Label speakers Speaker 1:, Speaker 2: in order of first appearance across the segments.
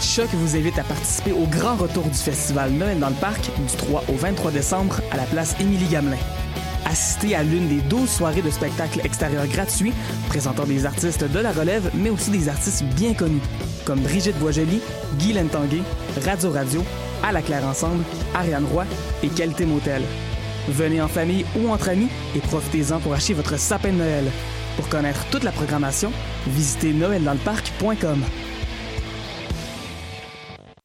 Speaker 1: Choc vous invite à participer au grand retour du festival Noël dans le parc du 3 au 23 décembre à la place Émilie Gamelin. Assistez à l'une des 12 soirées de spectacles extérieurs gratuits présentant des artistes de la relève, mais aussi des artistes bien connus, comme Brigitte Boisjoli, Guy Lentanguay, Radio Radio, À la Claire Ensemble, Ariane Roy et Qualité Motel. Venez en famille ou entre amis et profitez-en pour acheter votre sapin de Noël. Pour connaître toute la programmation, visitez noeldansleparc.com.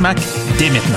Speaker 2: Smack dès maintenant.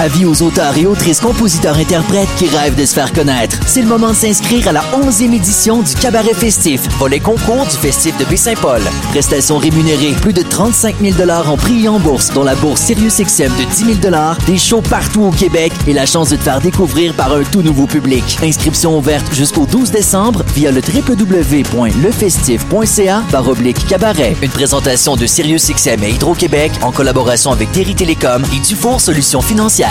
Speaker 3: Avis aux auteurs et autrices, compositeurs, interprètes qui rêvent de se faire connaître. C'est le moment de s'inscrire à la 11e édition du Cabaret Festif, volet concours du Festif de Baie-Saint-Paul. Prestations rémunérées, plus de 35 000 en prix et en bourse, dont la bourse Sirius XM de 10 000 des shows partout au Québec et la chance de te faire découvrir par un tout nouveau public. Inscription ouverte jusqu'au 12 décembre via le www.lefestif.ca par oblique cabaret. Une présentation de Sirius XM et Hydro-Québec en collaboration avec Terry Télécom et Dufour Solutions Financières.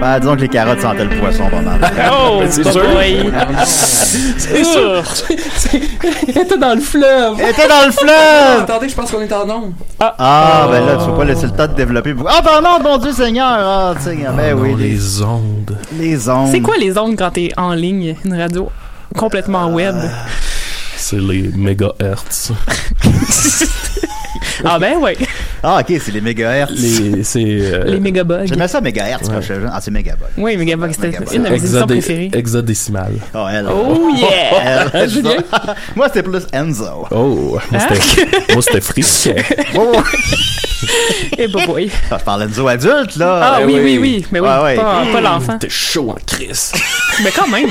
Speaker 4: Ben, disons que les carottes sentaient le poisson pendant.
Speaker 5: Oh, c'est sûr.
Speaker 1: C'est sûr! Elle était dans le fleuve!
Speaker 4: Elle était dans le fleuve!
Speaker 6: Attendez, je pense qu'on est en nombre.
Speaker 4: Ah, ben là, tu vas pas laisser le temps de développer. beaucoup. Ah, pardon, mon Dieu Seigneur! Ah, tu sais, ben oui, les,
Speaker 5: Les ondes.
Speaker 4: les ondes.
Speaker 7: C'est quoi les ondes quand t'es en ligne, une radio complètement web?
Speaker 5: C'est les mégahertz.
Speaker 7: Ah ben ouais,
Speaker 4: Ah, ok, c'est les mégahertz.
Speaker 5: Les, c'est. euh,
Speaker 7: les mégabugs.
Speaker 4: J'aimais ça mégahertz quand j'étais jeune. Ah, c'est mégabugs.
Speaker 7: Oui, mégabugs, c'était
Speaker 4: Mégabugs.
Speaker 7: une de mes émissions
Speaker 5: hexadé-
Speaker 7: préférées.
Speaker 5: Hexadécimales.
Speaker 4: Oh, elle.
Speaker 7: Oh yeah!
Speaker 4: Elle,
Speaker 7: Julien?
Speaker 4: ça. Moi, c'était plus Enzo.
Speaker 5: Oh, moi c'était, moi, c'était frisquet.
Speaker 4: Oh, oh.
Speaker 7: Et bah boy.
Speaker 4: Ah, je parle d'Enzo adulte, là.
Speaker 7: Ah
Speaker 5: ouais,
Speaker 7: oui,
Speaker 5: ouais,
Speaker 7: oui,
Speaker 5: oui.
Speaker 7: oui, mais oui,
Speaker 4: Ah, ouais.
Speaker 7: pas, pas l'enfant.
Speaker 5: T'es chaud en crise.
Speaker 7: Mais quand même!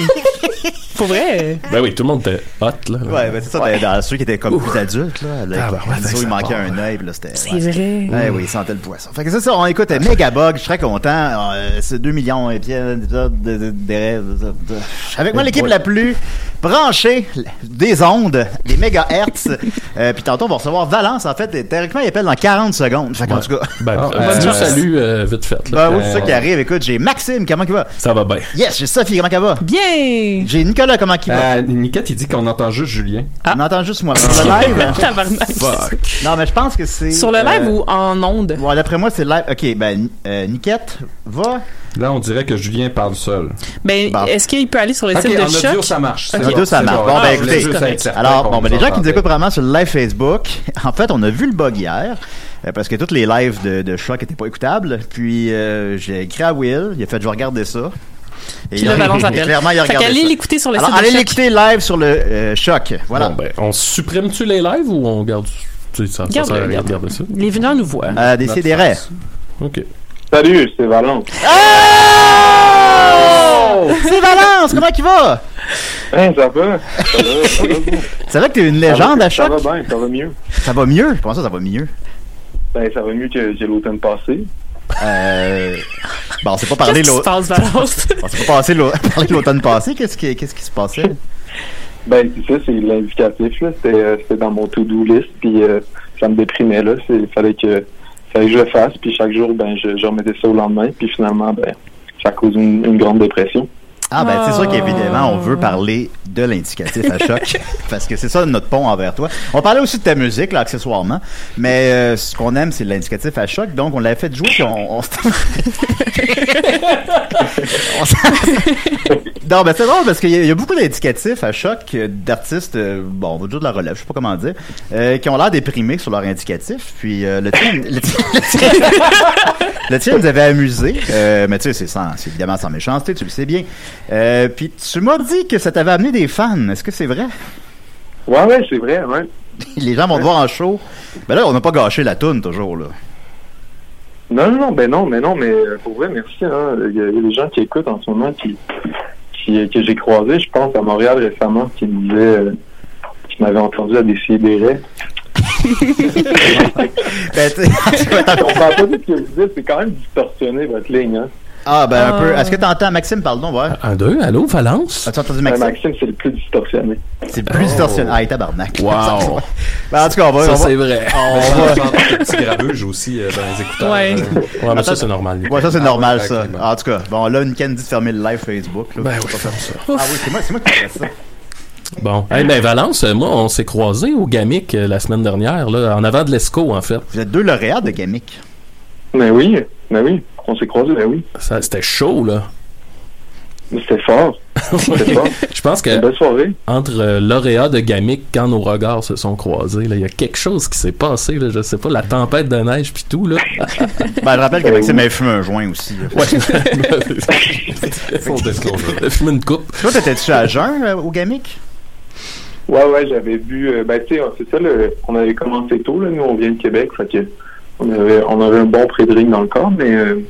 Speaker 7: Pour vrai!
Speaker 5: ben oui, tout le monde était hot, là.
Speaker 4: Ouais, ben c'est ça, dans, dans ceux qui étaient comme plus adultes, là. là
Speaker 5: Ah, ben ouais, ben,
Speaker 4: Enzo,
Speaker 5: ça
Speaker 4: il manquait
Speaker 5: part,
Speaker 4: un œil, puis là, c'était.
Speaker 7: C'est vrai!
Speaker 4: Ouais, Eh oui, il sentait le poisson. Fait que c'est ça, on écoute euh, Megabug, je suis très content. Euh, c'est 2 millions et puis euh, d'épisodes de, de- de rêves, de- de- Avec moi, l'équipe la plus branchée des ondes, des mégahertz. euh, puis tantôt, on va recevoir Valence. En fait, et théoriquement, il appelle dans 40 secondes. Fait qu'en tout cas.
Speaker 5: Ben,
Speaker 4: Ah,
Speaker 5: euh,
Speaker 4: euh,
Speaker 5: dis-nous salut euh, vite fait.
Speaker 4: Ben
Speaker 5: Là.
Speaker 4: oui, c'est ça qui arrive. Écoute, j'ai Maxime, comment il va?
Speaker 5: Ça va bien.
Speaker 4: Yes, j'ai Sophie, comment elle va?
Speaker 7: Bien!
Speaker 4: J'ai Nicolas, comment il va?
Speaker 8: Euh, Niket, il dit qu'on entend juste Julien.
Speaker 4: On entend juste moi. Sur le live? hein?
Speaker 7: Ah. Tabarnak!
Speaker 4: non, mais je pense que c'est... euh,
Speaker 7: Sur le live ou en onde?
Speaker 4: Bon, d'après moi, c'est live. OK, ben, euh, Niquette va...
Speaker 8: Là, on dirait que Julien parle seul.
Speaker 7: Ben,
Speaker 4: Bon.
Speaker 7: est-ce qu'il peut aller sur le
Speaker 8: Ok,
Speaker 7: site de
Speaker 8: en audio,
Speaker 7: Choc?
Speaker 8: ça marche. c'est
Speaker 4: Les deux, ça
Speaker 8: c'est
Speaker 4: marche. Bon,
Speaker 8: Ah,
Speaker 4: ben,
Speaker 8: je voulais
Speaker 4: écoutez.
Speaker 8: juste être certain
Speaker 4: Alors,
Speaker 8: qu'on
Speaker 4: bon, ben,
Speaker 8: nous
Speaker 4: les gens qui nous
Speaker 8: entendait.
Speaker 4: écoutent vraiment sur le live Facebook, en fait, on a vu le bug hier, euh, parce que tous les lives de, de Choc n'étaient pas écoutables. Puis, euh, j'ai écrit à Will, il a fait, je vais regarder ça. Et
Speaker 7: Puis là, Valence appelle.
Speaker 4: clairement, il a
Speaker 7: Fait
Speaker 4: regardé
Speaker 7: qu'allez
Speaker 4: ça.
Speaker 7: l'écouter sur le
Speaker 4: Alors,
Speaker 7: site de
Speaker 4: allez
Speaker 7: Choc.
Speaker 5: ben,
Speaker 4: l'écouter live sur le euh, Choc. Voilà.
Speaker 5: Bon, ben, on supprime-tu les lives ou on garde. Tu sais, ça, ça
Speaker 7: Garde-le,
Speaker 5: sert à rien de
Speaker 7: garde-le.
Speaker 5: garder ça.
Speaker 7: Les veneurs nous voient.
Speaker 4: Euh, des
Speaker 5: Notre
Speaker 4: CDR.
Speaker 5: face. OK.
Speaker 6: Salut, c'est Valence.
Speaker 4: C'est Valence, comment tu vas?
Speaker 6: Hein, ça va? Ça va, ça va bien.
Speaker 4: C'est vrai que t'es une légende à
Speaker 6: Ça
Speaker 4: choc.
Speaker 6: va bien, ça va mieux.
Speaker 4: Ça va mieux. Comment ça, ça va mieux?
Speaker 6: Ben, ça va mieux que, que l'automne passé.
Speaker 4: Euh... Bon, on s'est pas parlé
Speaker 7: Qu'est-ce qui se
Speaker 4: l'automne.
Speaker 7: passe, Valence?
Speaker 4: On s'est pas passé l'au- parlé l'automne passé. Qu'est-ce qui, qu'est-ce qui se passait?
Speaker 6: Ben, c'est ça, c'est l'indicatif, là. C'était euh, c'était dans mon to-do list, puis euh, ça me déprimait, là. Il fallait que, fallait que je le fasse, puis chaque jour, ben, je, je remettais ça au lendemain, puis finalement, ben, ça cause une, une grande dépression.
Speaker 4: Ah ben c'est sûr
Speaker 7: Oh.
Speaker 4: qu'évidemment on veut parler de l'indicatif à choc parce que c'est ça notre pont envers toi. On parlait aussi de ta musique là accessoirement, mais euh, ce qu'on aime c'est l'indicatif à choc donc on l'avait fait jouer puis on, on s'en- On s'en- Non ben c'est drôle parce qu'il y, a- il y a beaucoup d'indicatifs à choc euh, d'artistes euh, bon on va dire de la relève, je sais pas comment dire, euh, qui ont l'air déprimés sur leur indicatif puis euh, le tien le tien- le tien- le tien nous avait amusé, euh, mais tu sais, c'est sans- c'est évidemment sans méchanceté, tu le sais bien. Euh, puis tu m'as dit que ça t'avait amené des fans. Est-ce que c'est vrai?
Speaker 6: Ouais, ouais, c'est vrai, ouais.
Speaker 4: Les gens vont te voir en show. Ben là, on n'a pas gâché la toune toujours, là.
Speaker 6: Non, non, non, ben non, mais non, mais euh, pour vrai, merci. hein. Il y a il y a des gens qui écoutent en ce moment qui, qui euh, que j'ai croisé, je pense, à Montréal récemment, qui me disaient euh, qui m'avaient entendu à des CDR.
Speaker 4: Ben, tu-
Speaker 6: On parle pas de ce que je disais, c'est quand même distorsionné votre ligne. Hein.
Speaker 4: ah, ben un peu. Est-ce que t'entends Maxime, pardon, ouais?
Speaker 5: Un, deux, allô, Valence?
Speaker 4: As-tu entendu
Speaker 6: Ben,
Speaker 4: Maxime?
Speaker 6: Maxime, c'est le plus distorsionné.
Speaker 4: C'est plus distorsionné. Ah, tabarnak.
Speaker 5: Wow.
Speaker 4: ben, en tout cas, on va. on
Speaker 5: Ça,
Speaker 4: va-
Speaker 5: c'est vrai.
Speaker 4: on va-
Speaker 8: un petit grabuge aussi euh, dans les écouteurs.
Speaker 7: Ouais.
Speaker 5: Ouais, mais ça, c'est normal.
Speaker 4: Ouais, ça, c'est
Speaker 8: Ah,
Speaker 4: normal,
Speaker 8: ouais,
Speaker 4: ça.
Speaker 8: ok, bon.
Speaker 4: En tout cas, bon, là, une canne dit de fermer le live Facebook. Là.
Speaker 5: Ben oui, ferme ça.
Speaker 4: ah oui, c'est moi, c'est moi qui fais ça.
Speaker 5: Bon. Eh ben, Valence, euh, moi, on s'est croisés au Gamic euh, la semaine dernière, là, en avant de l'ESCO, en fait.
Speaker 4: Vous êtes deux lauréats de Gamic.
Speaker 6: Ben oui, ben oui, on s'est croisés, ben oui.
Speaker 5: Ça, C'était chaud, là.
Speaker 6: Mais C'était fort, c'était fort.
Speaker 5: Je pense
Speaker 6: Une
Speaker 5: que
Speaker 6: belle soirée.
Speaker 5: entre euh, lauréats de Gamic, quand nos regards se sont croisés, là, il y a quelque chose qui s'est passé, là, je sais pas, la tempête de neige puis tout, là.
Speaker 4: Ben, je rappelle que
Speaker 6: Ben
Speaker 4: Maxime
Speaker 6: oui.
Speaker 4: avait fumé un joint aussi. euh, là.
Speaker 5: Ouais. Fume une coupe.
Speaker 4: Toi, t'étais-tu à jeun euh, au Gamic?
Speaker 6: Ouais, ouais, j'avais vu. euh, ben, tu sais, c'est ça, le, on avait commencé tôt, là. Nous, on vient de Québec, fait que on avait, on avait un bon pré-drink dans le corps, mais, euh,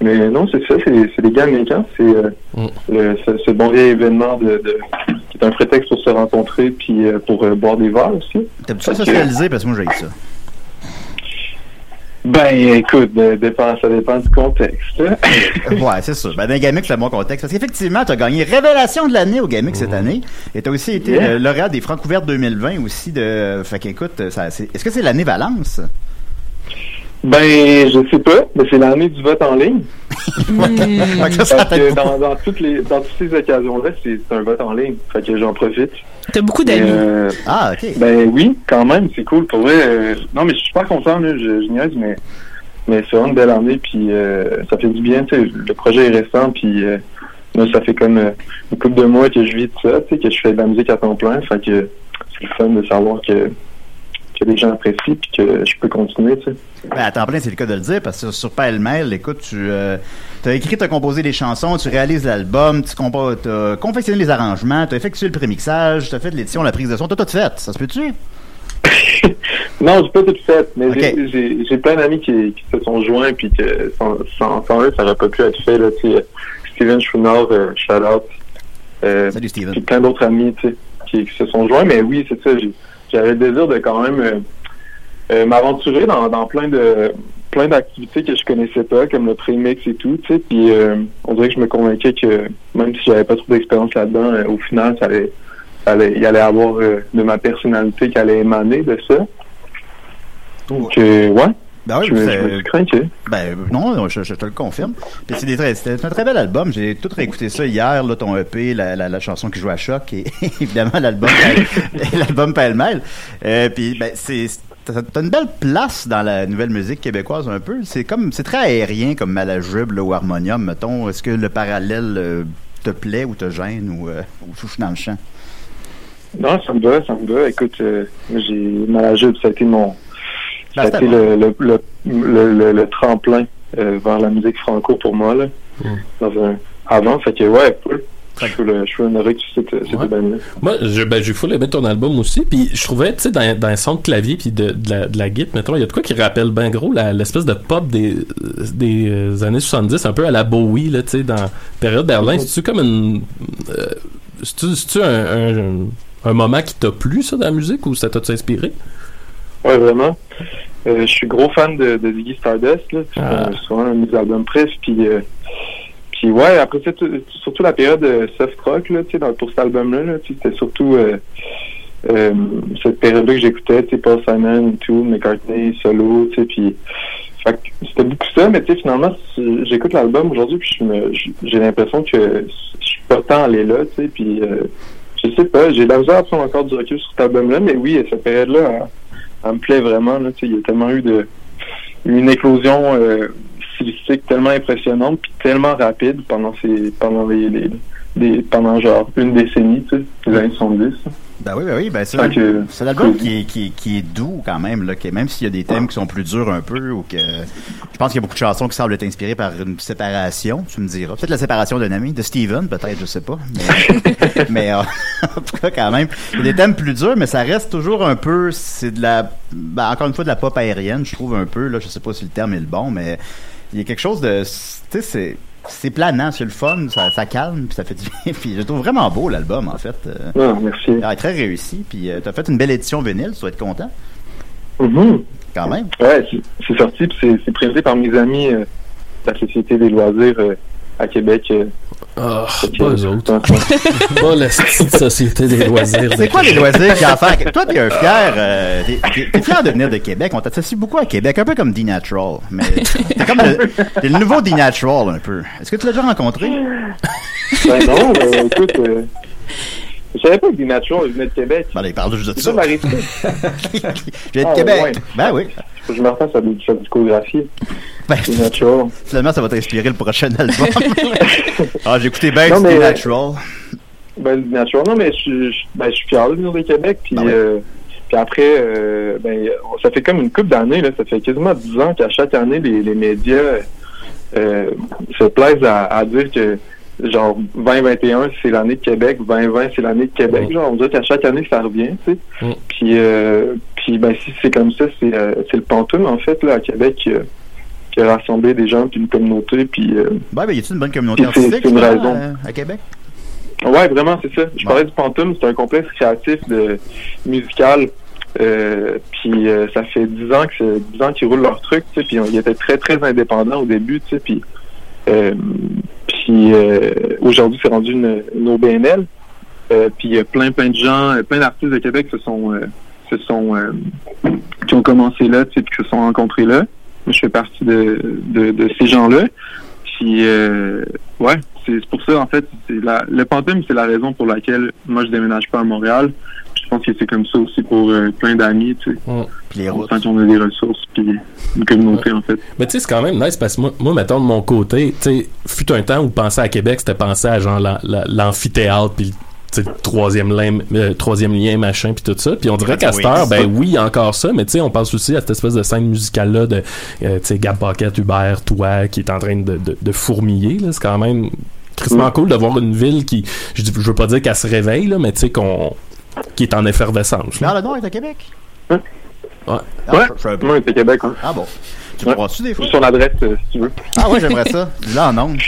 Speaker 6: mais non, c'est ça, c'est c'est les gars américains. C'est euh,
Speaker 5: Mm.
Speaker 6: le- ce, ce bon vieil événement de, de- qui est un prétexte pour se rencontrer puis euh, pour euh, boire des verres aussi.
Speaker 4: T'aimes-tu ça socialiser? Parce que moi, j'ai eu ça.
Speaker 6: Ben, écoute, euh, dépend, ça dépend du contexte.
Speaker 4: Ouais, c'est sûr. Ben, dans Gamic, c'est le bon contexte. Parce qu'effectivement, tu as gagné Révélation de l'année au Gamic cette année. Et tu as aussi été
Speaker 6: Mmh. Yeah.
Speaker 4: euh, lauréat des Francs ouverts 2020 aussi. de Fait qu'écoute, ça, c'est... est-ce que c'est l'année Valence?
Speaker 6: ben, je sais pas, mais c'est l'année du vote en ligne.
Speaker 7: Hmm.
Speaker 4: Fait que ça, ça
Speaker 6: Mmh, Parce que
Speaker 4: t'aide pas.
Speaker 6: dans, dans toutes les dans toutes ces occasions-là, c'est c'est un vote en ligne. Fait que j'en profite.
Speaker 7: T'as beaucoup
Speaker 6: Mais,
Speaker 7: d'amis.
Speaker 6: euh,
Speaker 4: Ah, OK.
Speaker 6: Ben oui, quand même, c'est cool. Pour vrai, euh, non, mais je suis pas content, là, je, je niaise, mais, mais c'est vraiment une belle année, puis euh, ça fait du bien, tu sais, le projet est récent, puis euh, moi, ça fait comme euh, une couple de mois que je vis de ça, tu sais, que je fais de la musique à temps plein, fait que c'est le fun de savoir que, que les gens apprécient, puis que je peux continuer, tu sais.
Speaker 4: Ben, à temps plein, c'est le cas de le dire, parce que sur Pêle-Mêle, écoute, tu as écrit, tu as composé des chansons, tu réalises l'album, tu as confectionné les arrangements, tu as effectué le prémixage, tu as fait l'édition, la prise de son, t'as tout fait. Ça se peut-tu?
Speaker 6: Non, j'ai pas tout fait, mais
Speaker 4: Ok.
Speaker 6: j'ai- j'ai j'ai plein d'amis qui, qui se sont joints, puis que sans, sans, sans eux, ça aurait pas pu être fait, là, tu sais. Steven Chouinard, euh, shout out. Euh,
Speaker 4: Salut, Steven.
Speaker 6: puis plein d'autres amis tu sais, qui, qui se sont joints. Mais oui, c'est ça. j'ai- J'avais le désir de quand même euh, euh, m'aventurer dans, dans plein de plein d'activités que je connaissais pas, comme le pré-mix et tout. tu sais. Puis euh, on dirait que je me convainquais que même si j'avais pas trop d'expérience là-dedans, euh, au final, ça allait, ça allait- il allait avoir euh, de ma personnalité qui allait émaner de ça. Donc, euh, ouais,
Speaker 4: Ben oui,
Speaker 6: je, me-
Speaker 4: vous,
Speaker 6: je me
Speaker 4: euh,
Speaker 6: suis craqué.
Speaker 4: Ben euh, non, non, je, je te le confirme. Puis c'est des très- c'était un très bel album. J'ai tout réécouté ça hier, là, ton EP, la, la, la chanson qui joue à choc et évidemment l'album l'album pêle-mêle. Euh, puis ben c'est t'as t'as une belle place dans la nouvelle musique québécoise un peu. C'est comme c'est très aérien comme Malajube là, ou Harmonium, mettons. Est-ce que le parallèle euh, te plaît ou te gêne ou, euh, ou touche dans le champ?
Speaker 6: Non, ça me va, ça me va. Écoute, euh, j'ai Malajube, ça a été mon, ça a
Speaker 4: Ben,
Speaker 6: été le, le, le, le, le- le tremplin euh, vers la musique franco pour moi là. Dans un avant, fait que ouais, cool. Je suis le- je suis honoré que cette, cette
Speaker 5: Ouais.
Speaker 6: bande-là.
Speaker 5: Moi, je, ben, j'ai full aimé ton album aussi, puis je trouvais, tu sais, dans, dans le son de clavier puis de, de la, de la guitare, mettons, il y a de quoi qui rappelle ben gros la- l'espèce de pop des, des euh, années 70, un peu à la Bowie, là, tu sais, dans période Berlin. C'est-tu comme une... euh, c'est-tu, c'est-tu un, un- un moment qui t'a plu, ça, dans la musique, ou ça t'a inspiré?
Speaker 6: Ouais, vraiment. Euh, je suis gros fan de, de Ziggy Stardust. là. C'est
Speaker 5: Ah.
Speaker 6: euh, souvent un de mes albums presse. Puis, euh, puis ouais, après ça, tu- surtout la période euh, soft rock là, tu sais, dans- pour cet album-là, là, tu sais, c'était surtout euh, euh, cette période-là que j'écoutais, tu sais, Paul Simon et tout, McCartney, Solo, tu sais, puis fait que c'était beaucoup ça, mais tu sais, finalement, c'est- j'écoute l'album aujourd'hui, puis je me- j- j'ai l'impression que je suis pas tant allé là, tu sais, puis euh, je sais pas, j'ai de la misère à prendre encore du recul sur cet album-là, mais oui, cette période-là, hein, elle- ça me plaît vraiment. Là, tu sais, il y a tellement eu de une éclosion euh, stylistique tellement impressionnante puis tellement rapide pendant ces pendant les, les- les- pendant genre une décennie, tu sais, les années 70.
Speaker 4: Ben oui, ben oui, ben c'est
Speaker 6: Fait que-
Speaker 4: c'est l'album qui, est- qui, est- qui est doux quand même, là, que même s'il y a des thèmes qui sont plus durs un peu ou que je pense qu'il y a beaucoup de chansons qui semblent être inspirées par une séparation, tu me diras. Peut-être la séparation d'un ami, de Steven, peut-être, je sais pas. Mais, mais, euh, en tout cas, quand même, il y a des thèmes plus durs, mais ça reste toujours un peu, c'est de la, ben, encore une fois, de la pop aérienne, je trouve un peu, là, je sais pas si le terme est le bon, mais il y a quelque chose de, tu sais, c'est, c'est planant, c'est le fun, ça, ça calme, puis ça fait du bien, puis je le trouve vraiment beau l'album, en fait. euh.
Speaker 6: Ah, merci.
Speaker 4: Ah, très réussi. Puis tu as fait une belle édition vinyle, tu dois être content.
Speaker 6: Mhm.
Speaker 4: Quand même.
Speaker 6: Ouais, c'est- c'est sorti puis c'est- c'est présenté par mes amis euh, de la Société des loisirs euh, à Québec. euh.
Speaker 5: Ah,
Speaker 6: Fait que-
Speaker 5: pas eux autres. pas la petite société des loisirs.
Speaker 4: C'est quoi les loisirs qui en font? Toi, t'es un fier. euh, t'es- t'es t'es fier de venir de Québec. On t'associe beaucoup à Québec, un peu comme D-Natural. Mais t'es comme le, t'es le nouveau D-Natural, un peu. Est-ce que tu l'as déjà rencontré?
Speaker 6: Ben non, euh, écoute, euh, je savais pas que des nachos venaient de Québec.
Speaker 4: Ben, il parle juste de
Speaker 6: C'est
Speaker 4: ça.
Speaker 6: ça la réussite.
Speaker 4: Je viens de
Speaker 6: Ah,
Speaker 4: Québec.
Speaker 6: ouais.
Speaker 4: Ben oui.
Speaker 6: Faut que Je me refasse à la discographie.
Speaker 4: Ben,
Speaker 6: Des nachos.
Speaker 4: finalement, ça va t'inspirer le prochain album. ah, j'ai écouté bien
Speaker 6: Non,
Speaker 4: du
Speaker 6: mais-
Speaker 4: D-Natural.
Speaker 6: Ben, naturellement, mais je, suis- je- ben, je suis fier de venir du Québec. Puis,
Speaker 4: Ben ouais.
Speaker 6: euh, puis après, euh, ben, on- ça fait comme une coupe d'années, là, ça fait quasiment 10 ans qu'à chaque année, les, les médias euh, se plaisent à, à dire que genre 2021, c'est l'année de Québec, 2020, c'est l'année de Québec.
Speaker 5: Mm.
Speaker 6: Genre, on dirait qu'à chaque année, ça revient. Tu sais.
Speaker 5: Mm.
Speaker 6: Puis, euh, puis ben, si c'est comme ça, c'est euh, c'est le pantoum, en fait, là, à Québec, euh, qui a rassemblé des gens, puis une communauté, puis... euh,
Speaker 4: Ben, ben, y a-tu une bonne communauté
Speaker 6: C'est- c'est
Speaker 4: artistique
Speaker 6: une
Speaker 4: finalement,
Speaker 6: raison.
Speaker 4: euh, à Québec?
Speaker 6: Ouais, vraiment, c'est ça. Je
Speaker 4: Ouais.
Speaker 6: parlais du Pantum, c'est un complexe créatif de musical. Euh, puis euh, ça fait dix ans que c'est- 10 ans qu'ils roulent leur truc, tu sais, puis on- ils étaient très très indépendants au début, tu sais, puis euh, puis euh, aujourd'hui c'est rendu une, une OBNL. Euh, puis il y a plein plein de gens, euh, plein d'artistes de Québec se sont euh, se sont euh, qui ont commencé là, tu sais, puis qui se sont rencontrés là. Moi, Je fais partie de de, de ces gens-là. Puis euh, ouais, c'est c'est pour ça en fait, c'est la, le Panthéon, c'est la raison pour laquelle moi je déménage pas à Montréal. Je pense que c'est comme ça aussi pour euh, plein d'amis, tu sais.
Speaker 4: Puis les
Speaker 6: On
Speaker 4: routes.
Speaker 6: sent qu'on a des ressources puis une communauté en fait.
Speaker 5: Mais tu sais, c'est quand même nice parce que moi, moi mettons, de mon côté, tu sais, fut un temps où penser à Québec, c'était penser à genre l'an- la- l'amphithéâtre, puis le- tu sais, le troisième lien, euh, troisième lien, machin, puis tout ça. Puis on dirait qu'à cette
Speaker 4: Oui.
Speaker 5: heure, ben oui, encore ça, mais tu sais, on pense aussi à cette espèce de scène musicale-là de, euh, tu sais, Gab Pocket, Hubert, toi, qui est en train de, de, de fourmiller, là. C'est quand même
Speaker 6: Mm.
Speaker 5: crissement cool de voir une ville qui, je, dis- je veux pas dire qu'elle se réveille, là, mais tu sais, qu'on, qui est en effervescence, là.
Speaker 4: Charles Noir est à Québec.
Speaker 6: Hein?
Speaker 5: Ouais.
Speaker 4: Ah,
Speaker 6: Ouais.
Speaker 4: je- je-
Speaker 6: Moi, c'est Québec, hein.
Speaker 4: ah bon. Tu
Speaker 6: Ouais.
Speaker 4: crois-tu des fois?
Speaker 6: Sur l'adresse, euh, si tu veux.
Speaker 4: Ah ouais, j'aimerais ça. Là, en ondes.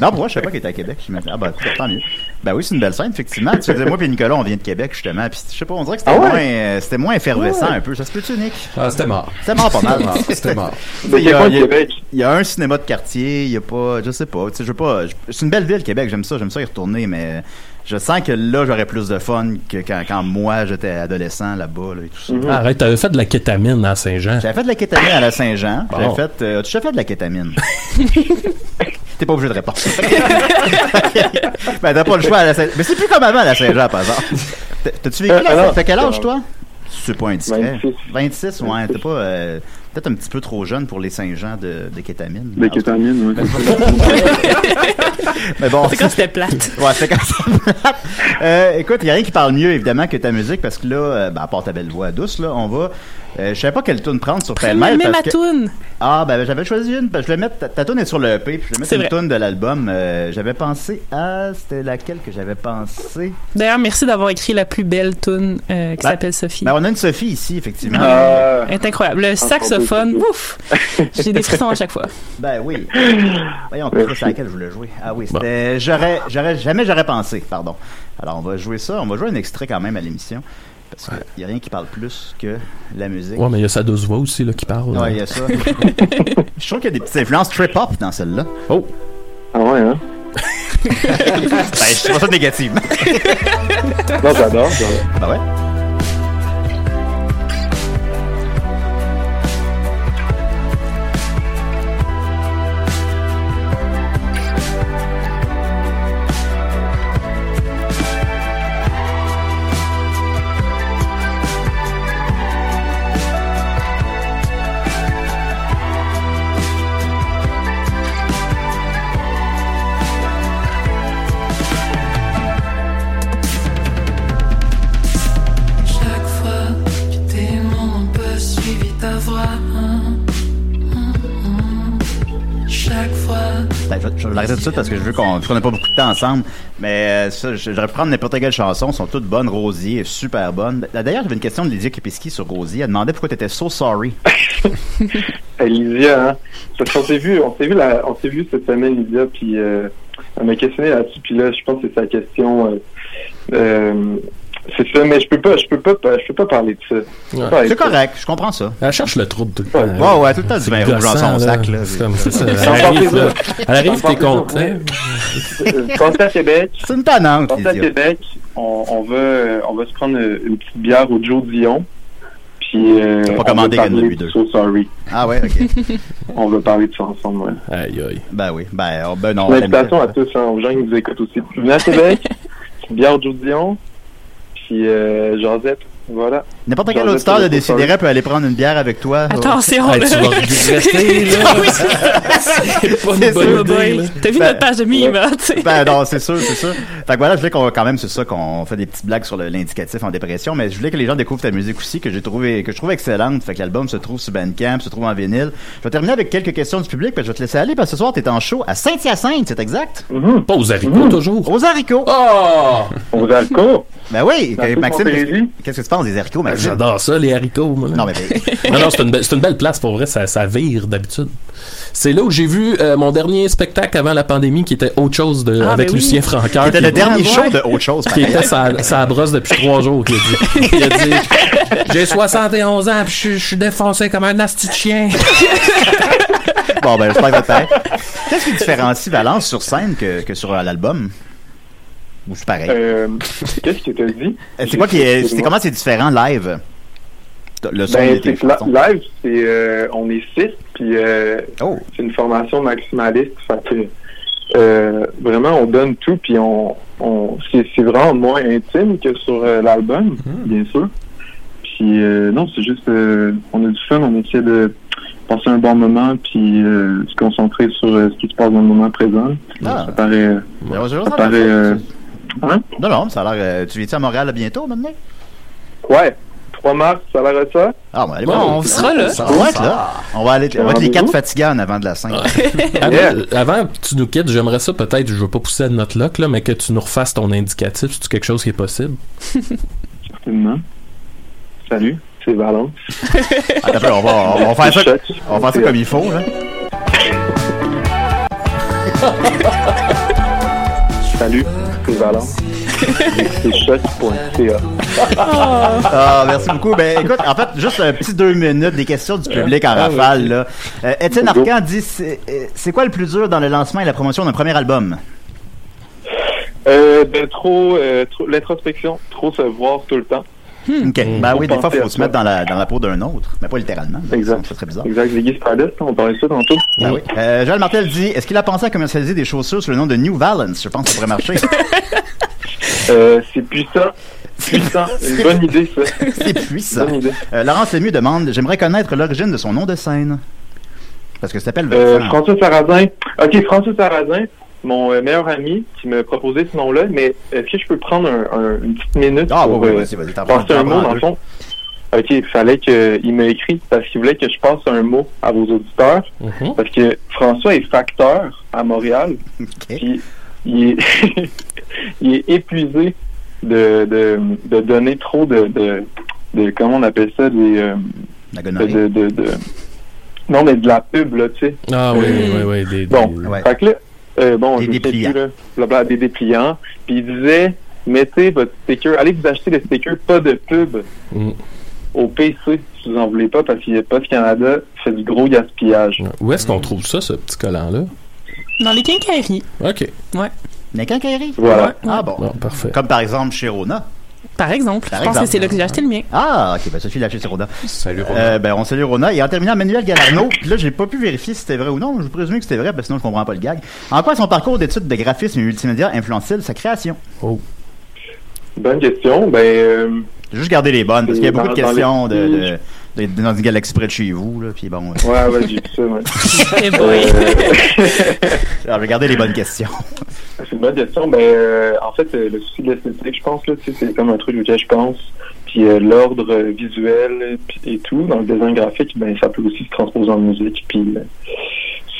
Speaker 4: Non, pourquoi je sais pas qu'il était à Québec. Je me dis, ah ben, tant mieux. Ben oui, c'est une belle scène, effectivement. Tu faisais, moi puis Nicolas, on vient de Québec, justement. Puis je sais pas, on dirait que c'était
Speaker 6: Ah ouais?
Speaker 4: moins, euh, c'était moins effervescent un peu. Ça se peut-tu, Nick?
Speaker 8: Ah, c'était mort.
Speaker 4: C'était mort pas mal.
Speaker 8: C'était mort.
Speaker 6: De
Speaker 4: Il y,
Speaker 6: quel
Speaker 4: a,
Speaker 6: point
Speaker 4: il y a-
Speaker 6: Québec?
Speaker 4: il y a un cinéma de quartier, il y a pas, je sais pas, tu sais, je veux pas, je- c'est une belle ville Québec, j'aime ça, j'aime ça y retourner, mais je sens que là j'aurais plus de fun que quand, quand moi j'étais adolescent là-bas là, et tout ça.
Speaker 5: Ah, Arrête, t'avais fait de la kétamine à
Speaker 8: Hein?
Speaker 5: Saint-Jean.
Speaker 4: J'avais fait de la kétamine à la Saint-Jean. J'avais
Speaker 5: Bon.
Speaker 4: fait. euh, As-tu déjà fait de la kétamine? T'es pas obligé de répondre. ben, t'as pas le choix à la Saint-Jean. Mais c'est plus comme avant à la Saint-Jean, par exemple. T'as- T'as-tu vécu
Speaker 6: Euh,
Speaker 4: la
Speaker 6: alors,
Speaker 4: T'as quel âge,
Speaker 6: euh,
Speaker 4: toi? C'est pas indiscret. 26, ouais. T'es pas. euh, Peut-être un petit peu trop jeune pour les Saint-Jean de, de kétamine.
Speaker 6: De kétamine, oui.
Speaker 4: Mais bon,
Speaker 7: C'est quand c'était plate.
Speaker 4: Ouais, c'est comme ça. Euh, écoute, il n'y a rien qui parle mieux, évidemment, que ta musique, parce que là, euh, ben, à part ta belle voix douce, là, on va. Euh, je savais pas quelle tune prendre sur
Speaker 7: Prends
Speaker 4: Pêle-Mêle,
Speaker 7: même
Speaker 4: parce
Speaker 7: ma
Speaker 4: que-
Speaker 7: toune.
Speaker 4: Ah, ben, j'avais choisi une. parce que Je vais mettre, ta, ta tune est sur le EP, puis je vais mettre
Speaker 7: C'est
Speaker 4: une
Speaker 7: vrai.
Speaker 4: tune de l'album. Euh, j'avais pensé à. C'était laquelle que j'avais pensé
Speaker 7: D'ailleurs, merci d'avoir écrit la plus belle toune euh, qui
Speaker 4: Ben-
Speaker 7: s'appelle Sophie.
Speaker 4: Ben, on a une Sophie ici, effectivement.
Speaker 6: Ah,
Speaker 7: Elle est incroyable. Le saxophone, ouf! J'ai des frissons à chaque fois.
Speaker 4: Ben oui. Voyons, c'est à laquelle je voulais jouer. Ah oui, c'était. J'aurais, j'aurais, jamais j'aurais pensé, pardon. Alors, on va jouer ça. On va jouer un extrait quand même à l'émission. Parce qu'il n'y a rien qui parle plus que la musique.
Speaker 5: Ouais, mais il y a sa douce voix aussi là, qui parle.
Speaker 4: Ouais, il y a ça. je trouve qu'il y a des petites influences trip-hop dans celle-là.
Speaker 5: Oh,
Speaker 6: ah ouais, hein?
Speaker 4: Ben, je trouve ça négative.
Speaker 6: Non, j'adore. j'adore.
Speaker 4: ben ouais.
Speaker 9: Chaque fois, tu t'es un peu suivi ta voix. Hum, hum, hum. Chaque fois,
Speaker 4: Ben, je, je l'arrête tout de suite parce que je veux qu'on qu'on ait pas beaucoup de temps ensemble. Mais euh, ça, je- j'aurais pu prendre n'importe quelle chanson. Elles sont toutes bonnes. Rosier est super bonne. Ben, D'ailleurs, j'avais une question de Lydia Kipiski sur Rosier. Elle demandait pourquoi tu étais so sorry.
Speaker 6: Hey, Lydia, hein? Parce qu'on s'est vu, on s'est vu, la- on s'est vu cette semaine, Lydia, puis euh, elle m'a questionné là-dessus, puis là, je pense que c'est sa question. euh, euh, c'est ça, mais je peux pas, je peux pas, je peux pas parler de ça. Je peux
Speaker 5: Ouais. Euh,
Speaker 6: pas parler
Speaker 4: C'est
Speaker 6: de ça.
Speaker 4: correct. Je comprends ça.
Speaker 5: elle cherche le trouble tout le
Speaker 6: Ouais,
Speaker 5: temps.
Speaker 4: Ouais, ouais, tout le temps du vin rouge dans son sac, là.
Speaker 5: C'est comme ça. ça, Elle
Speaker 6: Sans
Speaker 5: arrive,
Speaker 6: parler
Speaker 5: là. Elle arrive,
Speaker 6: Sans
Speaker 5: t'es
Speaker 6: parler de-
Speaker 5: content.
Speaker 6: Euh, Pensez à Québec.
Speaker 4: C'est une tannante,
Speaker 6: Pensez à
Speaker 4: Lydia.
Speaker 6: Québec, on, on va, euh, on va se prendre euh, une petite bière au Joe Dion. Puis, euh,
Speaker 4: T'as pas
Speaker 6: on
Speaker 4: commandé
Speaker 6: va
Speaker 4: qu'elle en a
Speaker 6: parler
Speaker 4: eu deux.
Speaker 6: de So Sorry.
Speaker 4: Ah ouais, ok.
Speaker 6: On va parler de ça ensemble. Ouais.
Speaker 5: Aïe, aïe.
Speaker 4: Ben oui. Ben, oh, ben non.
Speaker 6: Une invitation à tous, hein, aux gens qui nous écoutent aussi. Venez à Québec, petite bière au Joe Dion, puis euh, Josette. Voilà.
Speaker 4: N'importe quel
Speaker 6: Dans le
Speaker 4: auditeur de
Speaker 6: téléphone.
Speaker 4: Décideret peut aller prendre une bière avec toi.
Speaker 7: Attention!
Speaker 5: Hey, tu vas regretter, là. C'est pas
Speaker 4: C'est
Speaker 5: une
Speaker 7: Oh
Speaker 4: sûr.
Speaker 5: bonne idée, là.
Speaker 7: boy. T'as vu
Speaker 6: Ben,
Speaker 7: notre page de mime, hein, tu sais?
Speaker 4: Ben non, c'est sûr, c'est sûr. Fait que voilà, je voulais qu'on quand même, c'est ça, qu'on fait des petites blagues sur le- l'indicatif en dépression, mais je voulais que les gens découvrent ta musique aussi, que j'ai trouvé, que je trouve excellente. Fait que l'album se trouve sur Bandcamp, se trouve en vinyle. Je vais terminer avec quelques questions du public, puis je vais te laisser aller, parce que ce soir, t'es en show à Saint-Hyacinthe, c'est exact?
Speaker 5: Pas aux haricots, toujours.
Speaker 4: Aux haricots!
Speaker 5: Oh!
Speaker 6: On va à Alcourt.
Speaker 4: Ben oui!
Speaker 6: Dans toute
Speaker 4: Maxime,
Speaker 6: Montérégie.
Speaker 4: qu'est-ce que tu penses des haricots, Maxime?
Speaker 5: Ah, J'adore ça, les haricots, moi. là.
Speaker 4: Non, mais ben,
Speaker 5: Non, non, c'est une, be- c'est une belle place pour vrai, ça, ça vire d'habitude. C'est là où j'ai vu euh, mon dernier spectacle avant la pandémie qui était autre chose de,
Speaker 7: Ah,
Speaker 5: avec
Speaker 7: ben oui.
Speaker 5: Lucien Francaire.
Speaker 4: c'était le
Speaker 5: qui-
Speaker 4: dernier show de autre chose,
Speaker 5: qui
Speaker 4: pareil.
Speaker 5: était sa, sa brosse depuis trois jours, qui a dit. Il a dit J'ai 71 ans, puis je suis- je suis défoncé comme un asti de chien.
Speaker 4: Bon, ben, j'espère que ça te plaît. Qu'est-ce qui différencie Valence sur scène que, que sur euh, l'album? Ou c'est pareil?
Speaker 6: Euh, Qu'est-ce que t'as dit?
Speaker 4: Euh, C'est quoi qui est, c'est comment c'est différent live? Le son
Speaker 6: Ben,
Speaker 4: des
Speaker 6: c'est que la-
Speaker 4: chansons.
Speaker 6: live, c'est euh, on est six, puis euh,
Speaker 4: Oh,
Speaker 6: c'est une formation maximaliste. Fait que, euh, vraiment, on donne tout, puis on, on c'est c'est vraiment moins intime que sur euh, l'album, bien sûr. Puis euh, non, c'est juste, euh, on a du fun, on essaie de passer un bon moment, puis euh, se concentrer sur euh, ce qui se passe dans le moment présent.
Speaker 4: ah.
Speaker 6: Ça paraît, euh,
Speaker 4: Ben, on se
Speaker 6: ça
Speaker 4: rejoint dans
Speaker 6: paraît,
Speaker 4: la-
Speaker 6: euh, hein?
Speaker 4: Non, non, ça a l'air. euh, tu viens-tu à Montréal bientôt maintenant?
Speaker 6: Ouais, 3 mars, ça a l'air de ça.
Speaker 4: Ah, bon, allez,
Speaker 5: Bon,
Speaker 7: On sera là.
Speaker 4: on va être là. On va aller. On va être les quatre fatigants en avant de la scène.
Speaker 5: Avant,
Speaker 6: Yeah.
Speaker 5: avant que tu nous quittes, j'aimerais ça peut-être, je veux pas pousser à notre loc, là, mais que tu nous refasses ton indicatif, c'est quelque chose qui est possible.
Speaker 6: Certainement. Salut, c'est Valence.
Speaker 4: Attends, un peu, Ah, on va, on va faire ça.
Speaker 6: Choc.
Speaker 4: On va faire ça comme il faut, là.
Speaker 6: Salut, c'est Valence. c'est choc.ca.
Speaker 4: Ah, merci beaucoup. Ben, écoute, en fait, juste un petit deux minutes des questions du public en rafale, là. Euh, Étienne Arcan dit c'est euh, c'est quoi le plus dur dans le lancement et la promotion d'un premier album?
Speaker 6: Euh, ben, trop, euh, trop- l'introspection, trop se voir tout le temps.
Speaker 4: Ok. Ben oui, des fois,
Speaker 6: Hmm. Faut
Speaker 4: faut
Speaker 6: penser
Speaker 4: se
Speaker 6: à
Speaker 4: mettre dans la, dans la peau d'un autre. Mais pas littéralement. là.
Speaker 6: Exact.
Speaker 4: Ça serait bizarre.
Speaker 6: Exact, les guises palettes, on parlait de ça tantôt.
Speaker 4: Ben oui. Euh, Joël Martel dit Est-ce qu'il a pensé à commercialiser des chaussures sous le nom de New Balance Je pense que ça pourrait marcher.
Speaker 6: Euh, c'est puissant. Puissant. Une bonne idée, ça.
Speaker 4: C'est puissant.
Speaker 6: Bonne idée.
Speaker 4: Euh, Laurence Lemieux demande J'aimerais connaître l'origine de son nom de scène. Parce que ça s'appelle
Speaker 6: Euh,
Speaker 4: Vincent.
Speaker 6: François Sarrazin. OK, François Sarrazin, mon euh, meilleur ami qui me proposait ce nom-là, mais est-ce que je peux prendre un- un- une petite minute
Speaker 4: Ah,
Speaker 6: pour
Speaker 4: oui, oui,
Speaker 6: euh,
Speaker 4: vas-y, vas-y, t'en prends-
Speaker 6: passer un
Speaker 4: t'en
Speaker 6: mot,
Speaker 4: prends
Speaker 6: dans
Speaker 4: deux.
Speaker 6: le fond? OK, il fallait qu'il m'a écrit parce qu'il voulait que je passe un mot à vos auditeurs. Parce que François est facteur à Montréal. Puis il est, il est épuisé de, de, de donner trop de, de, de- Comment on appelle ça des, euh,
Speaker 4: La
Speaker 6: de,
Speaker 4: gonorrhée.
Speaker 6: de, de- de- Non, mais de la pub, là, tu sais.
Speaker 5: Ah oui, oui, oui, oui. Des,
Speaker 6: Bon,
Speaker 5: des-
Speaker 4: Ouais.
Speaker 6: Fait que là, euh, bon,
Speaker 4: Des
Speaker 6: je sais
Speaker 4: dépliants.
Speaker 6: plus, là, blabla, des dépliants. Puis il disait, mettez votre sticker, allez vous acheter des stickers, pas de pub
Speaker 5: Mm.
Speaker 6: au PC si vous en voulez pas, parce qu'il Post Canada fait du gros gaspillage.
Speaker 5: Où est-ce qu'on trouve ça, ce petit collant-là?
Speaker 7: Dans les quincailleries.
Speaker 5: OK.
Speaker 4: La quincaillerie.
Speaker 6: Voilà.
Speaker 4: Ah bon.
Speaker 5: Bon, parfait.
Speaker 4: Comme par exemple chez Rona.
Speaker 7: Par exemple.
Speaker 4: Par
Speaker 7: je pense
Speaker 4: exemple.
Speaker 7: que c'est là que j'ai acheté le mien.
Speaker 4: Ah, ok, ben ça, je suis lâché chez Rona.
Speaker 8: Salut, Romain.
Speaker 4: Euh, ben, on salue Rona. Et en terminant, Manuel Galarno, puis là, j'ai pas pu vérifier si c'était vrai ou non. Je vous présume que c'était vrai, parce que sinon, je comprends pas le gag. En quoi son parcours d'études de graphisme et multimédia influence-t-il sa création?
Speaker 6: Bonne question. Ben, euh,
Speaker 4: J'ai Juste garder les bonnes, parce qu'il y a
Speaker 6: Dans-
Speaker 4: beaucoup de
Speaker 6: dans
Speaker 4: questions de,
Speaker 6: les-
Speaker 4: de- d'être dans une galaxie près de chez vous, là, puis bon. euh,
Speaker 6: ouais, ouais, j'ai vu ça. ouais.
Speaker 7: Eh boy.
Speaker 4: Alors, Ah, je vais garder les bonnes questions.
Speaker 6: C'est une bonne question. Ben, euh, en fait, euh, le souci de l'esthétique, je pense, là, tu sais, c'est comme un truc auquel je pense. Puis euh, l'ordre euh, visuel puis- et tout, dans le design graphique, ben, ça peut aussi se transposer en musique. Puis euh,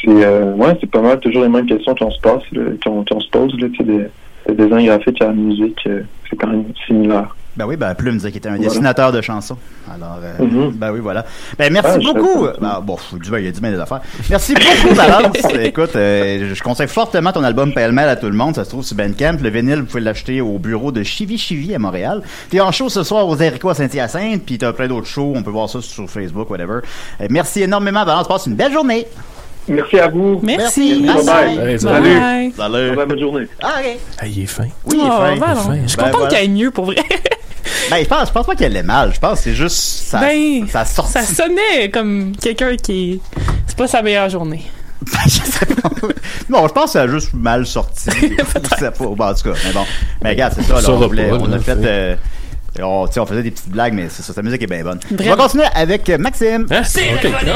Speaker 6: c'est euh, ouais, c'est pas mal toujours les mêmes questions qu'on se passe, là, qu'on qu'on se pose, là, tu sais, de- le design graphique à la musique, euh, c'est quand même similaire.
Speaker 4: Ben oui, ben Plume disait qu'il était un
Speaker 6: Voilà.
Speaker 4: dessinateur de chansons. Alors, euh,
Speaker 6: Mhm.
Speaker 4: ben oui, voilà. Ben merci
Speaker 6: Ah, je
Speaker 4: beaucoup.
Speaker 6: savais pas.
Speaker 4: Ben, bon, pff, du vin, il a dit bien des affaires. Merci beaucoup, Valence. Écoute, euh, je conseille fortement ton album Pêle-mêle à tout le monde. Ça se trouve sur Bandcamp. Le vinyle, vous pouvez l'acheter au bureau de Chivi Chivi à Montréal. T'es en show ce soir aux Haricots à Saint-Hyacinthe, puis t'as plein d'autres shows. On peut voir ça sur Facebook, whatever. Euh, merci énormément, Valence. Passe une belle journée.
Speaker 6: Merci à vous.
Speaker 7: Merci.
Speaker 6: Bye
Speaker 5: Allez,
Speaker 6: bye.
Speaker 7: Bye.
Speaker 5: salut.
Speaker 6: Bye
Speaker 4: Salut.
Speaker 6: bye, bonne journée.
Speaker 4: Ah, ok.
Speaker 5: Ah, il est fin.
Speaker 4: Oui, il est
Speaker 7: Oh,
Speaker 4: fin.
Speaker 7: voilà.
Speaker 5: enfin,
Speaker 7: Je suis
Speaker 4: ben
Speaker 7: contente
Speaker 4: voilà.
Speaker 7: qu'il aille mieux, pour vrai.
Speaker 4: Ben, je pense, je pense pas qu'elle est mal. Je pense que c'est juste ça,
Speaker 7: Ben,
Speaker 4: ça sortit.
Speaker 7: Ça sonnait comme quelqu'un qui... C'est pas sa meilleure journée.
Speaker 4: Je sais pas. Non, je pense que ça a juste mal sorti. je sais pas. Bon, en tout cas, mais bon. Mais regarde, c'est ça.
Speaker 5: On
Speaker 4: là, on,
Speaker 5: saura
Speaker 4: voulait-
Speaker 5: pas,
Speaker 4: on
Speaker 5: là,
Speaker 4: a fait.
Speaker 5: c'est-
Speaker 4: euh, on, tu sais, on faisait des petites blagues, mais c'est ça. Sa musique est bien bonne.
Speaker 7: Vraiment.
Speaker 4: On va continuer avec euh, Maxime.
Speaker 5: Hein? OK.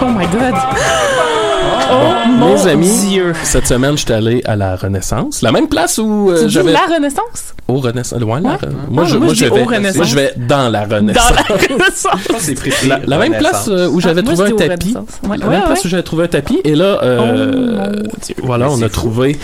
Speaker 7: Oh my god.
Speaker 5: Euh, Mes amis, cette semaine, j'étais allé à la Renaissance. La même place où euh,
Speaker 7: Tu dis
Speaker 5: j'avais...
Speaker 7: la Renaissance?
Speaker 5: Au Renaissance. euh, Loin, la
Speaker 7: Ouais.
Speaker 5: Re-
Speaker 7: Ah, moi, je dis
Speaker 5: vais,
Speaker 7: au Renaissance.
Speaker 5: moi, je vais dans la
Speaker 7: Dans
Speaker 5: Renaissance.
Speaker 7: la Renaissance.
Speaker 8: C'est Frédéric
Speaker 5: La, la même
Speaker 8: Renaissance.
Speaker 5: place euh, où j'avais
Speaker 7: Ah, moi,
Speaker 5: trouvé
Speaker 7: je dis
Speaker 5: un
Speaker 7: au
Speaker 5: tapis.
Speaker 7: Renaissance. Ouais,
Speaker 5: la
Speaker 7: ouais,
Speaker 5: même place
Speaker 7: ouais.
Speaker 5: où j'avais trouvé un tapis. Et là, euh,
Speaker 7: Oh, mon Dieu.
Speaker 5: voilà, on a trouvé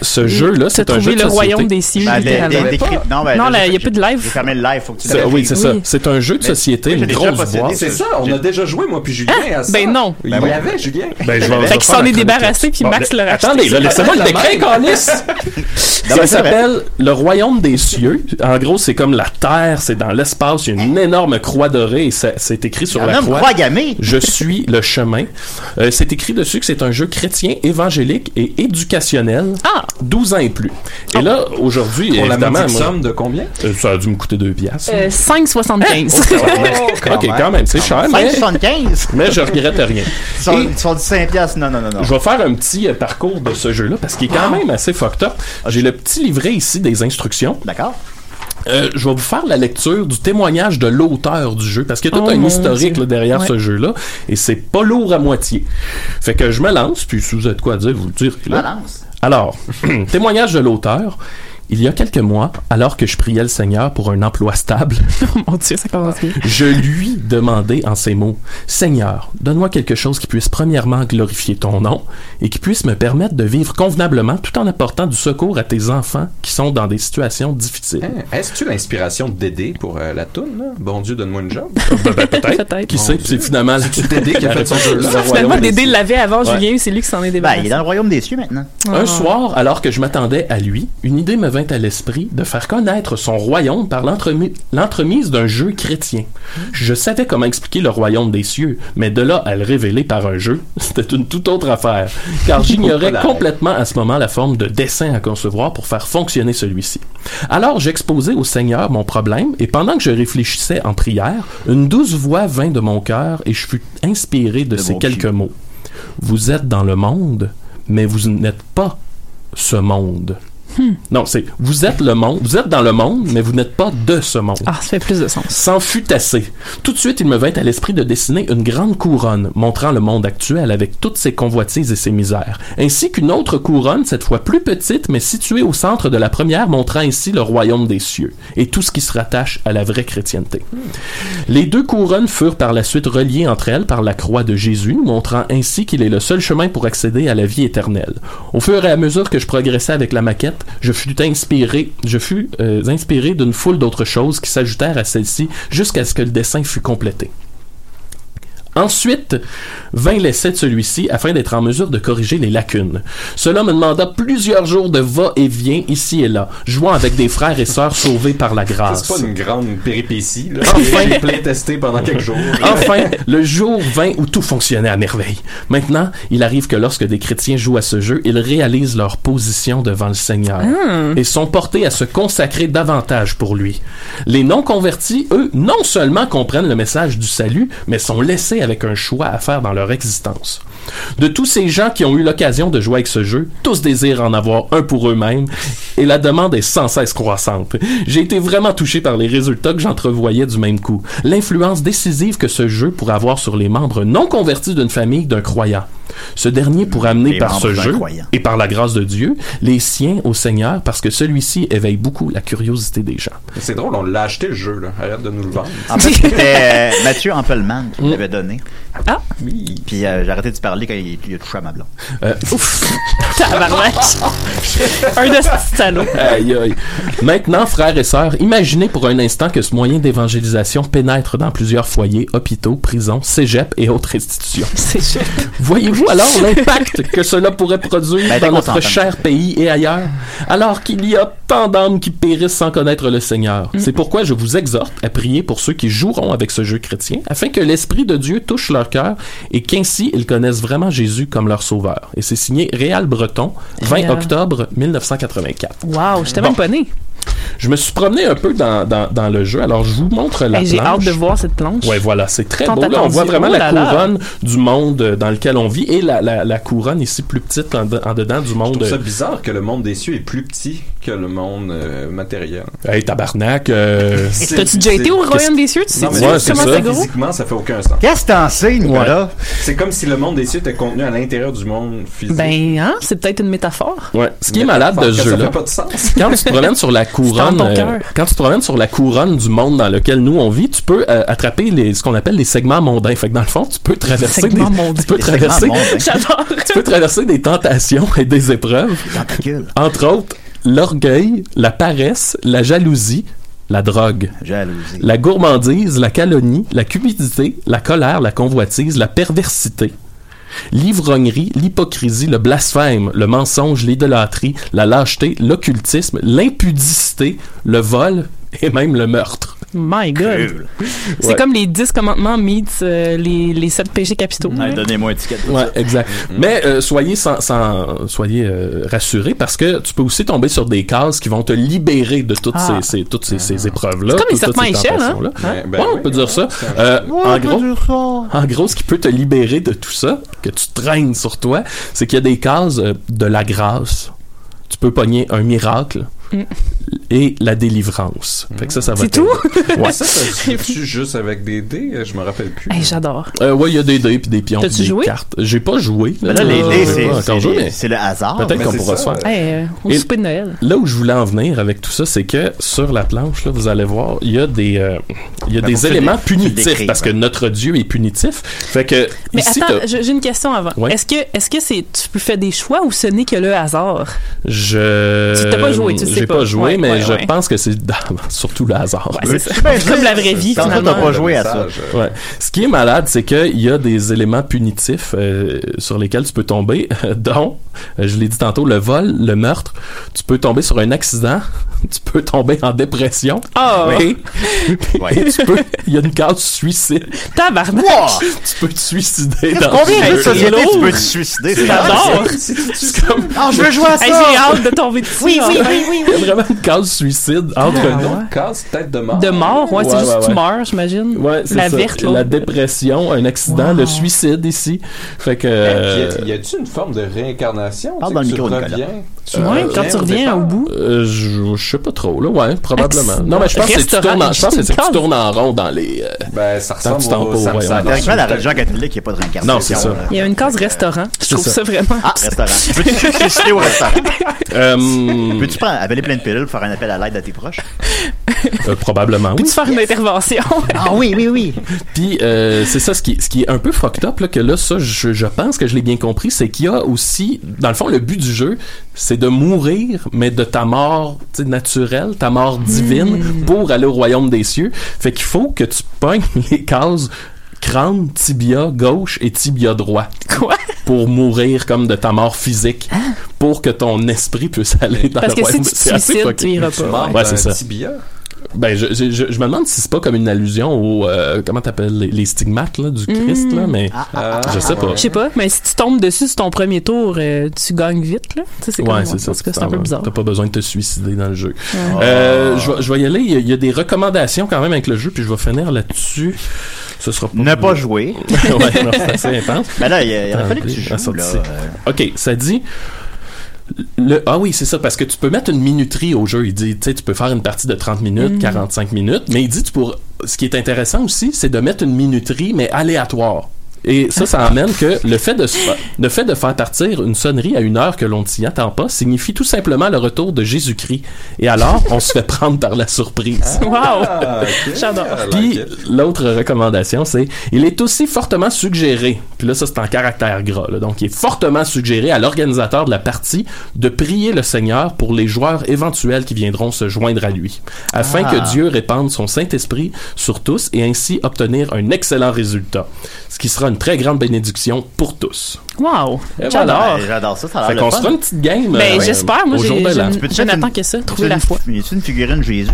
Speaker 5: ce jeu-là.
Speaker 7: T'as
Speaker 5: C'est un jeu
Speaker 7: trouvé
Speaker 5: de
Speaker 7: le
Speaker 5: société.
Speaker 7: royaume des cieux,
Speaker 4: Ben, des- des-
Speaker 7: littéralement.
Speaker 4: des cri- Non, ben,
Speaker 7: Non,
Speaker 4: j'ai-
Speaker 7: là, il y a plus
Speaker 4: j'ai-
Speaker 7: de live.
Speaker 4: J'ai fermé le live. Faut que tu
Speaker 5: C'est- Oui, c'est ça.
Speaker 7: Oui.
Speaker 5: C'est un jeu de société,
Speaker 4: moi, j'ai
Speaker 5: une
Speaker 4: déjà
Speaker 5: grosse
Speaker 4: possédé
Speaker 5: boîte.
Speaker 8: C'est ça, on a déjà joué, moi puis Julien, à ça.
Speaker 7: Ben non.
Speaker 8: Il
Speaker 4: Ben
Speaker 8: y
Speaker 4: oui.
Speaker 8: avait Julien.
Speaker 5: Ben, je vais- je vais
Speaker 7: Fait qu'il
Speaker 5: faire
Speaker 7: s'en
Speaker 5: la
Speaker 7: est
Speaker 5: chronique
Speaker 7: débarrassé, puis
Speaker 5: Bon,
Speaker 7: Max l'a racheté.
Speaker 5: Attendez, là, laissez-moi le décret, câlisse!
Speaker 4: Non, mais
Speaker 5: Ça
Speaker 4: c'est vrai.
Speaker 5: s'appelle le royaume des cieux. En gros, c'est comme la terre, c'est dans l'espace, il y a une énorme croix dorée et ça- c'est écrit sur
Speaker 4: Un
Speaker 5: la
Speaker 4: homme
Speaker 5: croix.
Speaker 4: croix gammée.
Speaker 5: Je suis le chemin. Euh, c'est écrit dessus que c'est un jeu chrétien, évangélique et éducationnel.
Speaker 7: Ah!
Speaker 5: 12 ans et plus. Et là, aujourd'hui,
Speaker 8: Pour la
Speaker 5: évidemment,
Speaker 8: modique
Speaker 5: moi,
Speaker 8: somme de combien
Speaker 5: euh, ça a dû me coûter 2 piastres.
Speaker 7: Euh, 5,75.
Speaker 5: ok, quand même, c'est cher, mais,
Speaker 4: 5,75.
Speaker 5: mais je regrette rien.
Speaker 4: Ils sont-
Speaker 5: Et-
Speaker 4: Ils sont du 5 piastres. Non, non, non, non.
Speaker 5: Je vais faire un petit euh, parcours de ce jeu-là parce qu'il est quand même assez fucked up. J'ai le petit livret ici des instructions.
Speaker 4: D'accord.
Speaker 5: Euh, je vais vous faire la lecture du témoignage de l'auteur du jeu parce qu'il y a tout
Speaker 7: Oh
Speaker 5: un
Speaker 7: mon
Speaker 5: historique
Speaker 7: Dieu.
Speaker 5: là, derrière
Speaker 7: Ouais.
Speaker 5: ce jeu-là et c'est pas lourd à moitié. Fait que je me lance, puis si vous êtes quoi à dire, vous le direz. là.
Speaker 4: Balance.
Speaker 5: Alors, témoignage de l'auteur. Il y a quelques mois, alors que je priais le Seigneur pour un emploi stable,
Speaker 7: Mon Dieu, ça commence bien.
Speaker 5: je lui demandais en ces mots Seigneur, donne-moi quelque chose qui puisse premièrement glorifier ton nom et qui puisse me permettre de vivre convenablement tout en apportant du secours à tes enfants qui sont dans des situations difficiles.
Speaker 8: Hein, Est-ce que tu as l'inspiration de Dédé pour euh, la toune, là? Bon Dieu, donne-moi une job.
Speaker 5: Ben, ben, peut-être.
Speaker 7: Peut-être.
Speaker 5: Qui sait, c'est finalement
Speaker 8: C'est Dédé qui a fait son jeu. là.
Speaker 7: Finalement, Dédé l'avait avant
Speaker 5: Ouais.
Speaker 7: Julien, c'est lui qui s'en est
Speaker 4: Ben, il est
Speaker 7: débarrassé.
Speaker 4: dans le royaume des cieux maintenant.
Speaker 5: Un soir, alors que je m'attendais à lui, une idée me vint à l'esprit de faire connaître son royaume par l'entremi- l'entremise d'un jeu chrétien. Je savais comment expliquer le royaume des cieux, mais de là à le révéler par un jeu, c'était une toute autre affaire, car j'ignorais complètement à ce moment la forme de dessin à concevoir pour faire fonctionner celui-ci. Alors j'exposais au Seigneur mon problème, et pendant que je réfléchissais en prière, une douce voix vint de mon cœur et je fus inspiré de
Speaker 4: De
Speaker 5: ces
Speaker 4: mon
Speaker 5: quelques
Speaker 4: cul.
Speaker 5: mots. Vous êtes dans le monde, mais vous n'êtes pas ce monde.
Speaker 7: Hmm.
Speaker 5: Non, c'est vous êtes le monde, vous êtes dans le monde, mais vous n'êtes pas de ce monde.
Speaker 7: Ah, ça fait plus de sens.
Speaker 5: S'en fut assez. Tout de suite, il me vint à l'esprit de dessiner une grande couronne, montrant le monde actuel avec toutes ses convoitises et ses misères, ainsi qu'une autre couronne, cette fois plus petite, mais située au centre de la première, montrant ainsi le royaume des cieux et tout ce qui se rattache à la vraie chrétienté. Les deux couronnes furent par la suite reliées entre elles par la croix de Jésus, nous montrant ainsi qu'il est le seul chemin pour accéder à la vie éternelle. Au fur et à mesure que je progressais avec la maquette, je fus inspiré, je fus euh, inspiré d'une foule d'autres choses qui s'ajoutèrent à celle-ci jusqu'à ce que le dessin fût complété. Ensuite, vint l'essai de celui-ci afin d'être en mesure de corriger les lacunes. Cela me demanda plusieurs jours de va-et-vient ici et là, jouant avec des frères et sœurs sauvés par la grâce.
Speaker 8: C'est pas une grande péripétie. Là. Ah, Enfin, les playtestés pendant quelques jours.
Speaker 5: Enfin, le jour vint où tout fonctionnait à merveille. Maintenant, il arrive que lorsque des chrétiens jouent à ce jeu, ils réalisent leur position devant le Seigneur
Speaker 7: Hmm.
Speaker 5: et sont portés à se consacrer davantage pour lui. Les non-convertis, eux, non seulement comprennent le message du salut, mais sont laissés avec un choix à faire dans leur existence. De tous ces gens qui ont eu l'occasion de jouer avec ce jeu, tous désirent en avoir un pour eux-mêmes et la demande est sans cesse croissante. J'ai été vraiment touché par les résultats que j'entrevoyais du même coup. L'influence décisive que ce jeu pourrait avoir sur les membres non convertis d'une famille d'un croyant. Ce dernier pourrait amener
Speaker 4: Les
Speaker 5: par ce
Speaker 4: membres d'un
Speaker 5: jeu
Speaker 4: croyant.
Speaker 5: et par la grâce de Dieu les siens au Seigneur parce que celui-ci éveille beaucoup la curiosité des gens.
Speaker 8: C'est drôle, on l'a acheté le jeu. Là. Arrête de nous le vendre.
Speaker 4: En fait, c'était euh, Mathieu Ampelman
Speaker 5: Mm.
Speaker 4: qui me l'avait donné.
Speaker 7: Ah.
Speaker 8: Oui.
Speaker 4: Puis euh, j'ai arrêté de parler quand il, il a touché à ma blonde.
Speaker 5: Euh,
Speaker 7: Tabarnak! Un de ces salauds.
Speaker 5: Aïe, aïe. Maintenant, frères et sœurs, imaginez pour un instant que ce moyen d'évangélisation pénètre dans plusieurs foyers, hôpitaux, prisons, cégeps et autres institutions.
Speaker 7: C'est sûr.
Speaker 5: Voyez-vous alors l'impact que cela pourrait produire
Speaker 4: Ben, t'es
Speaker 5: dans notre
Speaker 4: content,
Speaker 5: cher pays et ailleurs, alors qu'il y a tant d'âmes qui périssent sans connaître le Seigneur. C'est pourquoi je vous exhorte à prier pour ceux qui joueront avec ce jeu chrétien, afin que l'Esprit de Dieu touche leur cœur et qu'ainsi ils connaissent vraiment Jésus comme leur sauveur. Et c'est signé Réal Breton, 20
Speaker 7: Réal.
Speaker 5: octobre 1984.
Speaker 7: Wow, j'étais même
Speaker 5: Bon.
Speaker 7: pas née.
Speaker 5: Je me suis promené un peu dans, dans, dans le jeu. Alors, je vous montre la
Speaker 7: Hey, J'ai hâte
Speaker 5: planche.
Speaker 7: de voir cette planche.
Speaker 5: Ouais, voilà, c'est très
Speaker 7: Tant
Speaker 5: beau. Là, on
Speaker 7: attendu.
Speaker 5: voit vraiment
Speaker 7: Oh
Speaker 5: la
Speaker 7: là là.
Speaker 5: couronne du monde euh, dans lequel on vit et la, la, la couronne ici plus petite en, de- en dedans du
Speaker 8: Je
Speaker 5: monde.
Speaker 8: trouve ça bizarre que le monde des cieux est plus petit que le monde euh, matériel.
Speaker 5: euh, Hey, tabarnak. euh,
Speaker 8: C'est-
Speaker 7: T'as-tu déjà
Speaker 8: c'est-
Speaker 7: été au Royaume
Speaker 5: qu'est-ce-
Speaker 7: des cieux? Tu sais
Speaker 8: Non, mais
Speaker 5: Ouais,
Speaker 7: comment
Speaker 5: c'est ça.
Speaker 7: c'est gros?
Speaker 8: Physiquement, ça fait aucun sens.
Speaker 4: Qu'est-ce que t'en sais, Nicolas?
Speaker 8: C'est comme si le monde des cieux était contenu à l'intérieur du monde physique.
Speaker 7: Ben, hein, c'est peut-être une métaphore.
Speaker 5: ouais. Ce qui est malade de ce
Speaker 8: Ça
Speaker 5: jeu-là.
Speaker 8: fait pas de sens.
Speaker 5: quand tu te promènes sur la couronne,
Speaker 7: C'est dans ton
Speaker 5: euh,
Speaker 7: cœur.
Speaker 5: quand tu te promènes sur la couronne du monde dans lequel nous on vit, tu peux euh, attraper les, ce qu'on appelle les segments mondains. Fait que dans le fond, tu peux traverser, des,
Speaker 7: Segments mondains.
Speaker 5: tu peux
Speaker 4: Les segments
Speaker 5: traverser,
Speaker 4: mondains.
Speaker 7: J'adore.
Speaker 5: tu peux traverser des tentations et des épreuves.
Speaker 4: Tentacule.
Speaker 5: Entre autres, l'orgueil, la paresse, la jalousie, la drogue,
Speaker 4: Jalousie.
Speaker 5: la gourmandise, la calomnie, la cupidité, la colère, la convoitise, la perversité, l'ivrognerie, l'hypocrisie, le blasphème, le mensonge, l'idolâtrie, la lâcheté, l'occultisme, l'impudicité, le vol et même le meurtre.
Speaker 7: My God.
Speaker 4: Cool.
Speaker 7: C'est
Speaker 5: Ouais.
Speaker 7: comme les 10 commandements meets euh, les, les 7 péchés capitaux.
Speaker 4: Hey, Donnez-moi un ticket.
Speaker 5: Ouais, exact.
Speaker 7: Mm-hmm.
Speaker 5: Mais euh, soyez sans, sans- soyez euh, rassurés parce que tu peux aussi tomber sur des cases qui vont te libérer de toutes
Speaker 7: Ah.
Speaker 5: ces, ces- toutes ces, ces épreuves-là.
Speaker 7: C'est comme les
Speaker 5: toutes- toutes
Speaker 7: serpents à
Speaker 5: ces
Speaker 7: échelle, hein?
Speaker 5: tentations-là.
Speaker 8: Ben, ben
Speaker 5: Ouais, on
Speaker 8: oui,
Speaker 5: peut
Speaker 8: ouais.
Speaker 5: dire ça. Euh, en gros,
Speaker 4: gros.
Speaker 5: En gros, ce qui peut te libérer de tout ça, que tu traînes sur toi, c'est qu'il y a des cases euh, de la grâce. Tu peux pogner un miracle
Speaker 7: Mm.
Speaker 5: et la délivrance. Fait que ça, ça va
Speaker 7: C'est
Speaker 5: t'aider. Ouais.
Speaker 8: Ça, ça se joue juste avec des dés, je me rappelle plus.
Speaker 7: Hey, J'adore.
Speaker 5: Euh, ouais, il y a des dés puis des pions,
Speaker 7: T'as-tu
Speaker 5: puis des
Speaker 7: joué? Ben
Speaker 5: cartes. J'ai pas joué.
Speaker 4: Là, les
Speaker 5: Euh,
Speaker 4: dés,
Speaker 5: j'ai
Speaker 4: c'est-
Speaker 5: pas encore joué, mais
Speaker 4: c'est c'est le hasard.
Speaker 5: peut-être
Speaker 8: Mais
Speaker 5: qu'on
Speaker 8: Ah, ben c'est
Speaker 5: pourra se
Speaker 8: ça.
Speaker 5: faire.
Speaker 7: Hey, euh, au
Speaker 5: Et-
Speaker 7: souper de Noël.
Speaker 5: Là où je voulais en venir avec tout ça, c'est que sur la planche, là, vous allez voir, il y a des, euh, il y a
Speaker 4: Ben, faut
Speaker 5: des
Speaker 4: que tu
Speaker 5: éléments
Speaker 4: le- tu le
Speaker 5: punitifs
Speaker 4: décrives,
Speaker 5: parce que
Speaker 4: hein.
Speaker 5: notre Dieu est punitif. Fait que
Speaker 7: Mais
Speaker 5: ici,
Speaker 7: attends,
Speaker 5: t'as-
Speaker 7: j'ai j'ai une question avant.
Speaker 5: Ouais.
Speaker 7: Est-ce que, est-ce que c'est, tu peux faire des choix ou ce n'est que le hasard?
Speaker 5: Je.
Speaker 7: Tu t'as pas joué, tu le sais
Speaker 5: J'ai
Speaker 7: pas.
Speaker 5: pas joué,
Speaker 7: Ouais,
Speaker 5: mais
Speaker 7: ouais,
Speaker 5: je
Speaker 7: ouais.
Speaker 5: pense que c'est surtout le hasard.
Speaker 7: c'est ça. Comme la vraie vie,
Speaker 4: Tant que
Speaker 7: finalement.
Speaker 4: t'as pas joué à ça.
Speaker 8: Message, euh,
Speaker 5: Ouais. Ce qui est malade, c'est qu'il y a des éléments punitifs euh, sur lesquels tu peux tomber, dont, euh, je l'ai dit tantôt, le vol, le meurtre. Tu peux tomber sur un accident, tu peux tomber en dépression.
Speaker 7: Oh,
Speaker 5: Et,
Speaker 4: Ah. Ouais.
Speaker 5: et tu peux, il y a une case suicide.
Speaker 7: tabarnak!
Speaker 5: Tu peux te suicider dans
Speaker 4: Combien
Speaker 5: ce
Speaker 4: de
Speaker 5: jeu.
Speaker 4: sociétés tu peux te suicider? C'est
Speaker 7: J'adore!
Speaker 5: C'est comme,
Speaker 4: Ah, je veux jouer à
Speaker 7: Hey, j'ai
Speaker 4: ça!
Speaker 7: hâte de tomber dessus.
Speaker 4: Oui, oui,
Speaker 7: oui,
Speaker 5: il y a vraiment une case case suicide entre
Speaker 7: Ah,
Speaker 5: nous.
Speaker 7: ouais.
Speaker 8: Case tête de mort.
Speaker 7: De mort, ouais, c'est juste tu
Speaker 5: ouais.
Speaker 7: meurs, j'imagine.
Speaker 5: Ouais, c'est
Speaker 7: La
Speaker 5: ça.
Speaker 7: verte,
Speaker 5: La
Speaker 7: là.
Speaker 5: dépression, un accident,
Speaker 7: Wow.
Speaker 5: le suicide ici. Fait que.
Speaker 8: Hey, puis,
Speaker 5: euh,
Speaker 8: y a- y a-tu une forme de réincarnation?
Speaker 4: Parle
Speaker 8: Tu sais,
Speaker 4: dans
Speaker 8: que
Speaker 4: le
Speaker 8: tu
Speaker 4: micro, Nicolas.
Speaker 8: reviens-
Speaker 7: Tu vois, quand tu
Speaker 8: au
Speaker 7: reviens
Speaker 8: départ.
Speaker 7: au bout.
Speaker 5: euh, je, je sais pas trop, là, ouais, probablement.
Speaker 7: Accident.
Speaker 5: Non, mais je pense que c'est que tu
Speaker 7: Restaurant,
Speaker 5: tournes en, je pense que c'est que tu
Speaker 7: cave.
Speaker 5: tournes en rond dans les. euh,
Speaker 8: Ben, ça
Speaker 5: Tant que tu
Speaker 8: ressemble
Speaker 5: t'en
Speaker 8: au
Speaker 5: poses, ouais,
Speaker 8: samsara.
Speaker 5: ouais.
Speaker 4: Théoriquement, la religion catholique, il n'y a pas de réincarnation.
Speaker 5: Non, c'est ça.
Speaker 4: là.
Speaker 7: Il y a une case restaurant. Je
Speaker 5: C'est
Speaker 7: trouve
Speaker 5: ça.
Speaker 7: ça, vraiment.
Speaker 4: Ah, restaurant. Peux-tu peux-tu citer au restaurant?
Speaker 5: Euh,
Speaker 4: Peux-tu prendre, avaler plein de pilules pour faire un appel à l'aide à tes proches?
Speaker 5: euh, probablement, oui.
Speaker 7: Puis tu faire une intervention.
Speaker 4: Ah oui, oui, oui.
Speaker 5: Puis euh, c'est ça ce qui, ce qui est un peu fucked up là, que là ça je, je pense que je l'ai bien compris c'est qu'il y a aussi dans le fond le but du jeu c'est de mourir mais de ta mort tu sais, naturelle ta mort
Speaker 7: Hmm.
Speaker 5: divine pour aller au royaume des cieux fait qu'il faut que tu pognes les cases crâne tibia gauche et tibia droit
Speaker 7: Quoi?
Speaker 5: pour mourir comme de ta mort physique pour que ton esprit puisse aller dans
Speaker 7: Ah. Parce que
Speaker 5: le
Speaker 7: si
Speaker 5: royaume
Speaker 7: tu te
Speaker 5: des cieux. C'est assez
Speaker 7: suicides,
Speaker 5: fucké.
Speaker 7: tu iras
Speaker 8: Tu
Speaker 7: pas.
Speaker 8: mords
Speaker 5: Ouais,
Speaker 8: d'un
Speaker 5: c'est ça.
Speaker 8: tibia.
Speaker 5: Ben, je, je, je, je me demande si c'est pas comme une allusion au euh, comment t'appelles les, les stigmates là, du
Speaker 7: Mm.
Speaker 5: Christ là, mais
Speaker 7: Ah,
Speaker 5: je sais pas.
Speaker 7: Je sais pas, mais si tu tombes dessus sur ton premier tour, euh, tu gagnes vite, là. Tu sais, c'est
Speaker 5: Ouais,
Speaker 7: comme-
Speaker 5: c'est ça.
Speaker 7: en tout cas, c'est un peu bizarre.
Speaker 5: T'as pas besoin de te suicider dans le jeu. Euh, je vais- je vais y aller. Il y a- il y, a des recommandations quand même avec le jeu, puis je vais finir là-dessus. Ce sera pas.
Speaker 4: Ne pas jouer.
Speaker 5: ouais, non, c'est assez intense.
Speaker 4: Mais là, il y a- il aurait fallu que tu
Speaker 5: Attendez,
Speaker 4: joues, là.
Speaker 5: sorti. OK, ça dit. Le, ah oui, c'est ça, parce que tu peux mettre une minuterie au jeu. Il dit, tu sais, tu peux faire une partie de 30 minutes, 45 minutes, mais il dit, tu pourras- ce qui est intéressant aussi, c'est de mettre une minuterie, mais aléatoire. Et ça, ça amène que le fait, de, se fa- le fait de faire partir une sonnerie à une heure que l'on ne s'y attend pas signifie tout simplement le retour de Jésus-Christ. Et alors, on se fait prendre par la surprise.
Speaker 8: Ah, ok.
Speaker 7: J'adore.
Speaker 8: I like
Speaker 5: Puis
Speaker 8: it.
Speaker 5: l'autre recommandation, c'est il est aussi fortement suggéré. Puis là, ça c'est en caractère gras. là. donc, il est fortement suggéré à l'organisateur de la partie de prier le Seigneur pour les joueurs éventuels qui viendront se joindre à lui, afin
Speaker 4: Ah.
Speaker 5: que Dieu répande son Saint Esprit sur tous et ainsi obtenir un excellent résultat, ce qui sera une très grande bénédiction pour tous.
Speaker 7: Wow!
Speaker 5: Et
Speaker 8: Eh
Speaker 7: J'adore.
Speaker 4: Ah, J'adore ça, ça a
Speaker 5: Fait
Speaker 4: l'air
Speaker 5: qu'on
Speaker 4: le
Speaker 5: se
Speaker 4: fun.
Speaker 5: fera une petite game.
Speaker 7: Ben,
Speaker 5: euh,
Speaker 7: j'espère. Moi,
Speaker 5: au
Speaker 7: j'ai-
Speaker 5: jour de
Speaker 7: j'ai
Speaker 5: l'an.
Speaker 7: une-
Speaker 4: Peux-tu
Speaker 7: je
Speaker 4: mettre
Speaker 7: n'attends
Speaker 4: une-
Speaker 7: que ça,
Speaker 4: Y
Speaker 7: trouver
Speaker 4: a-t-il
Speaker 7: la foi.
Speaker 4: une- Y a-t-il une figurine Jésus?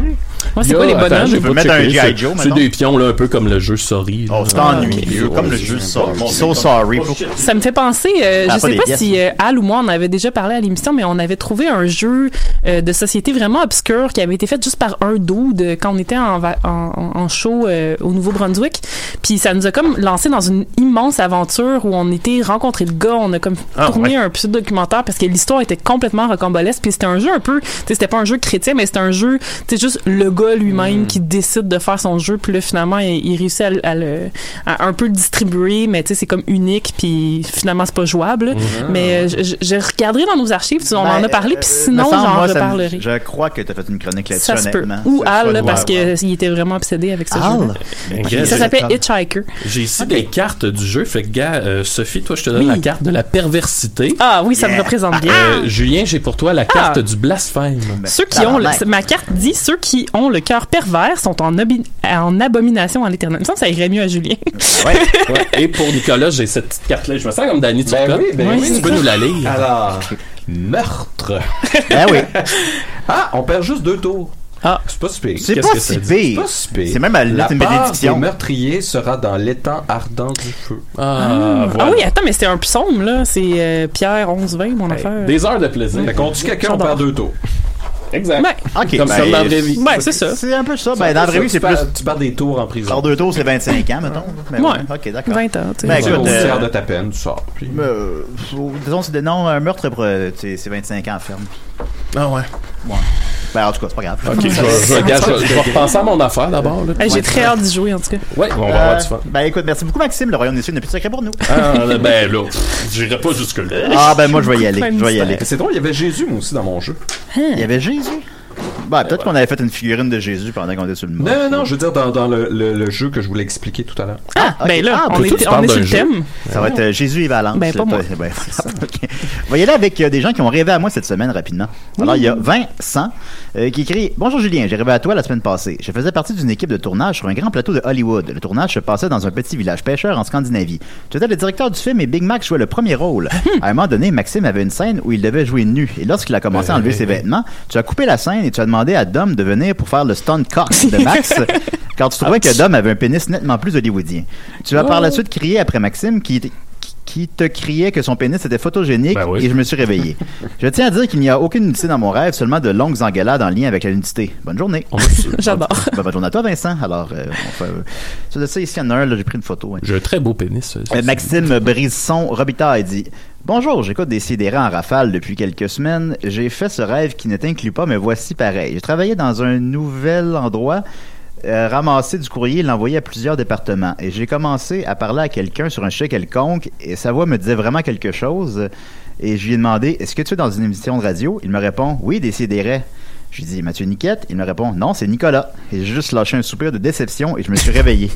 Speaker 7: Moi, c'est
Speaker 5: Yo,
Speaker 7: quoi les
Speaker 5: attends, j'ai
Speaker 7: bonhommes?
Speaker 4: Tu peux
Speaker 5: pas
Speaker 4: mettre un
Speaker 5: checké.
Speaker 4: G.I.
Speaker 5: C'est-
Speaker 4: Joe,
Speaker 5: C'est
Speaker 4: mettons.
Speaker 5: des pions, là, un peu comme le jeu Sorry. là.
Speaker 4: Oh, c'est
Speaker 7: Ah,
Speaker 4: ennuyeux, comme le jeu sort. So sorry. Faut-
Speaker 7: Ça me fait penser, euh,
Speaker 4: Ah,
Speaker 7: je
Speaker 4: pas
Speaker 7: sais
Speaker 4: des
Speaker 7: pas
Speaker 4: pièces.
Speaker 7: si euh, Al ou moi on avait déjà parlé à l'émission, mais on avait trouvé un jeu euh, de société vraiment obscur qui avait été fait juste par un dude euh, quand on était en, va- en, en show euh, au Nouveau-Brunswick. Puis ça nous a comme lancé dans une immense aventure où on était rencontrés de gars, on a comme
Speaker 5: Ah,
Speaker 7: tourné un pseudo-documentaire parce que l'histoire était complètement rocambolesque. Puis c'était un jeu un peu, tu sais, c'était pas un jeu chrétien, mais c'était un jeu, tu sais, juste le gars
Speaker 4: Hmm.
Speaker 7: lui-même qui décide de faire son jeu. Puis là, finalement, il, il réussit à, le- à le à un peu le distribuer, mais tu sais, c'est comme unique, puis finalement, c'est pas jouable.
Speaker 5: Mhm.
Speaker 7: Mais euh, je, je- je regarderai dans nos archives, tu- on
Speaker 4: Ben,
Speaker 7: en a parlé,
Speaker 4: euh,
Speaker 7: puis sinon,
Speaker 4: me semble,
Speaker 7: j'en
Speaker 4: moi, ça me-
Speaker 7: reparlerai.
Speaker 4: Je crois que t'as fait une chronique là-dessus,
Speaker 7: Ça se peut.
Speaker 4: honnêtement.
Speaker 7: Ou
Speaker 4: Ça,
Speaker 7: Al,
Speaker 4: je
Speaker 7: là,
Speaker 4: dois
Speaker 7: parce
Speaker 4: voir.
Speaker 7: qu'il était vraiment obsédé avec ce jeu.
Speaker 4: Al?
Speaker 5: Inquiète.
Speaker 7: Ça s'appelle Hitchhiker.
Speaker 5: J'ai ici des cartes du jeu. Fait que, gars, euh, Sophie, toi, je te donne
Speaker 7: Oui.
Speaker 5: la carte de la perversité.
Speaker 7: Ah oui, ça
Speaker 4: Yeah. Ah,
Speaker 7: me représente bien.
Speaker 5: Euh, Julien, j'ai pour toi la carte du blasphème.
Speaker 7: Ceux qui ont le- ma carte dit ceux qui ont le cœur pervers sont en, obi- en abomination à l'éternel. Il me semble que ça irait mieux à Julien.
Speaker 5: Ouais. Ben, Et pour Nicolas, j'ai cette petite carte-là. Je me sens comme Danny
Speaker 8: Ben
Speaker 5: Turcotte.
Speaker 8: oui, ben oui.
Speaker 5: Tu peux nous la lire.
Speaker 6: Ah.
Speaker 8: Alors, meurtre.
Speaker 4: Ben oui.
Speaker 8: Ah, on perd juste deux tours.
Speaker 7: Ah.
Speaker 8: C'est pas si pire.
Speaker 4: C'est
Speaker 5: Qu'est-ce
Speaker 4: pas
Speaker 5: que ça
Speaker 4: si
Speaker 5: dit?
Speaker 4: pire.
Speaker 8: si pire.
Speaker 4: C'est même à la
Speaker 8: La
Speaker 4: limite une
Speaker 8: part
Speaker 4: bénédiction.
Speaker 8: des meurtriers sera dans l'étang ardent du feu.
Speaker 5: Ah, voilà.
Speaker 7: Ah oui, attends, mais c'était un psaume, là. C'est euh, Pierre 11-20, mon affaire.
Speaker 5: Ben, Des heures de plaisir.
Speaker 8: Fait qu'on tue quelqu'un, on
Speaker 7: J'adore.
Speaker 8: perd deux tours.
Speaker 5: Exact.
Speaker 7: Ouais.
Speaker 4: Ok, ben,
Speaker 5: Comme ça, dans la vraie vie.
Speaker 7: Ouais, c'est ça.
Speaker 4: C'est un peu ça. Ben, dans la vraie vie, c'est
Speaker 8: Tu
Speaker 4: plus.
Speaker 8: perds- Tu perds des tours en prison.
Speaker 4: Par deux tours, c'est 25 ans, mettons. Mais
Speaker 7: Ouais.
Speaker 4: Ok, d'accord.
Speaker 7: 20 ans, tu sais.
Speaker 4: Ben,
Speaker 8: Tu vas au
Speaker 4: écoute, euh,
Speaker 8: tiers de ta peine, tu sors. puis-
Speaker 4: Euh, faut- disons, c'est des noms, un meurtre, pour, euh, c'est c'est 25 ans ferme.
Speaker 5: Ah ouais.
Speaker 4: Ben, en tout cas, c'est pas grave.
Speaker 5: Ok, je vais- je vais- regarde, je vais- je vais repenser à mon affaire d'abord. là.
Speaker 7: Hey, J'ai très hâte d'y jouer, en tout cas.
Speaker 5: Ouais, on va
Speaker 4: Euh,
Speaker 5: avoir du fun.
Speaker 4: ben écoute, merci beaucoup Maxime, le royaume des cieux n'est plus secret pour nous.
Speaker 5: Ah, ben là, pff, j'irai pas jusque-là.
Speaker 4: Ah ben moi je vais y aller,
Speaker 7: plein de
Speaker 4: je vais y
Speaker 7: mystères.
Speaker 4: aller.
Speaker 8: Mais C'est drôle, il y avait Jésus, moi aussi, dans mon jeu.
Speaker 4: Il y avait Jésus. Ben peut-être qu'on avait fait une figurine de Jésus pendant qu'on était sur le monde.
Speaker 8: Non, non, non, je veux dire, dans, dans le, le- le jeu que je voulais expliquer tout à l'heure.
Speaker 7: Ah, ben là,
Speaker 4: Ah,
Speaker 7: on,
Speaker 5: plutôt,
Speaker 7: est,
Speaker 5: tu
Speaker 7: on
Speaker 5: parles
Speaker 7: est
Speaker 5: d'un
Speaker 7: sur le
Speaker 5: jeu.
Speaker 7: thème.
Speaker 4: Ça va être euh, Jésus et Valence.
Speaker 7: Ben, pas moi.
Speaker 4: ben, ok. On va y aller avec euh, des gens qui ont rêvé à moi cette semaine rapidement. Alors, il y a Vincent euh, qui écrit Bonjour Julien, j'ai rêvé à toi la semaine passée. Je faisais partie d'une équipe de tournage sur un grand plateau de Hollywood. Le tournage se passait dans un petit village pêcheur en Scandinavie. J'étais le directeur du film et Big Mac jouait le premier rôle. à un moment donné, Maxime avait une scène où il devait jouer nu. Et lorsqu'il a commencé à enlever ses vêtements, tu as coupé la scène et tu as demandé à Dom de venir pour faire le stunt cock de Max. Quand tu trouvais que Dom avait un pénis nettement plus hollywoodien. Tu as par la suite crié après Maxime qui, qui- qui te criait que son pénis était photogénique
Speaker 5: Ben oui.
Speaker 4: et je me suis réveillé. je tiens à dire qu'il n'y a aucune nudité dans mon rêve, seulement de longues engueulades en lien avec la nudité. Bonne journée.
Speaker 7: J'adore.
Speaker 4: Ben, bonne journée à toi, Vincent. Alors, euh, on fait, euh, ça, ça, ici, il y en a un, là, j'ai pris une photo. hein.
Speaker 5: J'ai un très beau pénis. euh,
Speaker 4: Euh, Maxime Brisson Robitaille dit Bonjour, j'écoute des sidérants en rafale depuis quelques semaines. J'ai fait ce rêve qui ne t'inclut pas, mais voici pareil. J'ai travaillé dans un nouvel endroit. euh, ramasser du courrier et l'envoyer à plusieurs départements. Et j'ai commencé à parler à quelqu'un sur un chèque quelconque et sa voix me disait vraiment quelque chose. Et je lui ai demandé Est-ce que tu es dans une émission de radio Il me répond Oui, des sidérés. Je lui dis Mathieu Niquette. Il me répond Non, c'est Nicolas. Et j'ai juste lâché un soupir de déception et je me suis réveillé.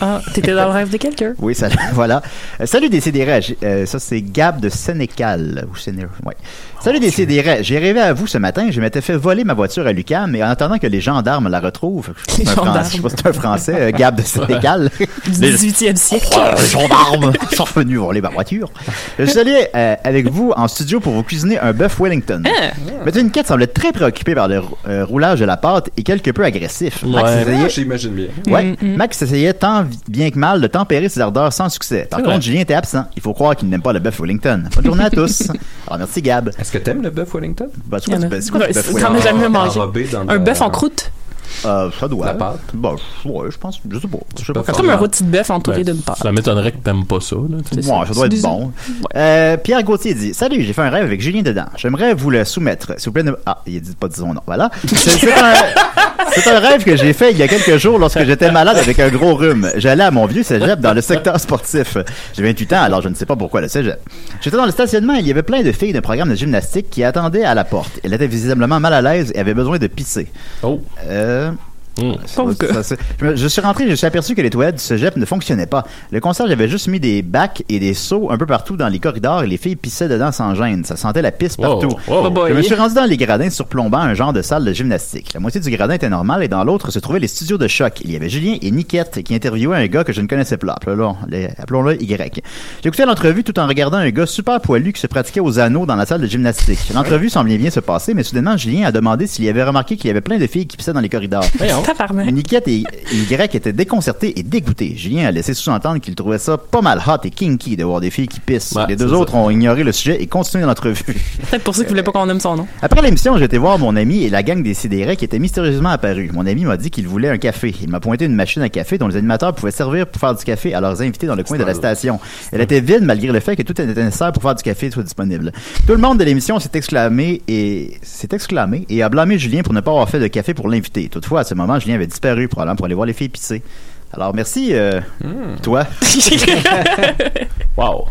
Speaker 7: Ah, t'étais dans le rêve de quelqu'un.
Speaker 4: Oui, ça, voilà. Euh, salut Décidéré, j'ai- euh, ça c'est Gab de Sénécal. Ou Séné- ouais. Salut Décidéré, E, j'ai rêvé à vous ce matin, je m'étais fait voler ma voiture à Lucam, mais en attendant que les gendarmes la retrouvent, je sais pas si c'est un,
Speaker 7: gendarmes.
Speaker 4: Français- je sais pas si c'est un français, euh, Gab de Sénécal.
Speaker 7: Du
Speaker 4: Les-
Speaker 7: 18e siècle.
Speaker 4: Oh, les gendarmes sont venus voler ma voiture. Je suis allé euh, avec vous en studio pour vous cuisiner un bœuf Wellington.
Speaker 7: Ah.
Speaker 4: Mathieu Niquette semblait très préoccupé par le rou- euh, roulage de la pâte et quelque peu agressif. Max
Speaker 5: Ouais.
Speaker 4: essayait-
Speaker 8: Ah, J'imagine bien.
Speaker 4: Ouais, Max essayait tant vi- bien que mal de tempérer ses ardeurs sans succès. Par
Speaker 5: C'est
Speaker 4: contre,
Speaker 5: vrai.
Speaker 4: Julien était absent. Il faut croire qu'il n'aime pas le bœuf Wellington. Bonne journée à tous. Alors, merci Gab.
Speaker 8: Est-ce que t'aimes le bœuf Wellington?
Speaker 4: Bah, c'est quoi,
Speaker 7: Il y en
Speaker 4: du-
Speaker 7: a.
Speaker 4: c'est quoi du
Speaker 7: Ouais,
Speaker 4: bœuf Ah,
Speaker 7: c'est- J'en ai
Speaker 4: Wellington?
Speaker 7: jamais mangé.
Speaker 8: Ah, Enrobé dans
Speaker 7: Un
Speaker 8: de-
Speaker 7: bœuf en croûte.
Speaker 4: Euh, ça doit.
Speaker 8: La pâte?
Speaker 4: Bah, ouais, je pense. Je sais pas. Je sais pas.
Speaker 8: bœuf
Speaker 7: Comme un
Speaker 8: enrobé.
Speaker 7: rôti de bœuf entouré
Speaker 5: Ben,
Speaker 7: d'une pâte.
Speaker 5: Ça m'étonnerait que t'aimes pas ça. Là, tu sais.
Speaker 4: Ouais, ça doit être
Speaker 7: des-
Speaker 4: bon. Euh, Pierre Gauthier dit Salut, j'ai fait un rêve avec Julien dedans. J'aimerais vous le soumettre. S'il vous plaît, ne... Ah, il dit pas disons non. Voilà. C'est c'est un, c'est un rêve que j'ai fait il y a quelques jours lorsque j'étais malade avec un gros rhume. J'allais à mon vieux cégep dans le secteur sportif. J'ai 28 ans, alors je ne sais pas pourquoi le cégep. J'étais dans le stationnement et il y avait plein de filles d'un programme de gymnastique qui attendaient à la porte. Elle était visiblement mal à l'aise et avait besoin de pisser.
Speaker 5: Oh.
Speaker 4: Euh.
Speaker 5: Mm.
Speaker 4: Ça- ça- ça- je, me- je suis rentré, je me suis aperçu que les toilettes du cégep ne fonctionnaient pas. Le concierge avait juste mis des bacs et des seaux un peu partout dans les corridors et les filles pissaient dedans sans gêne. Ça sentait la pisse
Speaker 5: Wow,
Speaker 4: partout.
Speaker 5: wow. Oh boy.
Speaker 4: Je me suis rendu dans les gradins surplombant un genre de salle de gymnastique. La moitié du gradin était normale et dans l'autre se trouvaient les studios de choc. Il y avait Julien et Niquette qui interviewaient un gars que je ne connaissais pas. Appelons- les- Appelons-le Y. J'écoutais l'entrevue tout en regardant un gars super poilu qui se pratiquait aux anneaux dans la salle de gymnastique. L'entrevue semblait bien se passer, mais soudainement Julien a demandé s'il y avait remarqué qu'il y avait plein de filles qui pissaient dans les corridors.
Speaker 5: Voyons.
Speaker 7: Tabarnak.
Speaker 4: Niquette et Y étaient déconcertés et dégoûtés. Julien a laissé sous-entendre qu'il trouvait ça pas mal hot et kinky de voir des filles qui pissent.
Speaker 5: Ouais,
Speaker 4: les deux
Speaker 5: c'est
Speaker 4: autres ont ignoré le sujet et continué l'entrevue.
Speaker 7: Peut-être pour ça qu'il voulait pas qu'on nomme son nom.
Speaker 4: Après l'émission, j'ai été voir mon ami et la gang des sidérés qui était mystérieusement apparus. Mon ami m'a dit qu'il voulait un café. Il m'a pointé une machine à café dont les animateurs pouvaient servir pour faire du café à leurs invités dans le coin de la station. Elle était vide malgré le fait que tout était nécessaire pour faire du café soit disponible. Tout le monde de l'émission s'est exclamé et s'est exclamé et a blâmé Julien pour ne pas avoir fait de café pour l'invité. Toutefois, à ce moment, Julien avait disparu probablement pour aller voir les filles pisser. Alors merci euh, toi.
Speaker 5: Wow.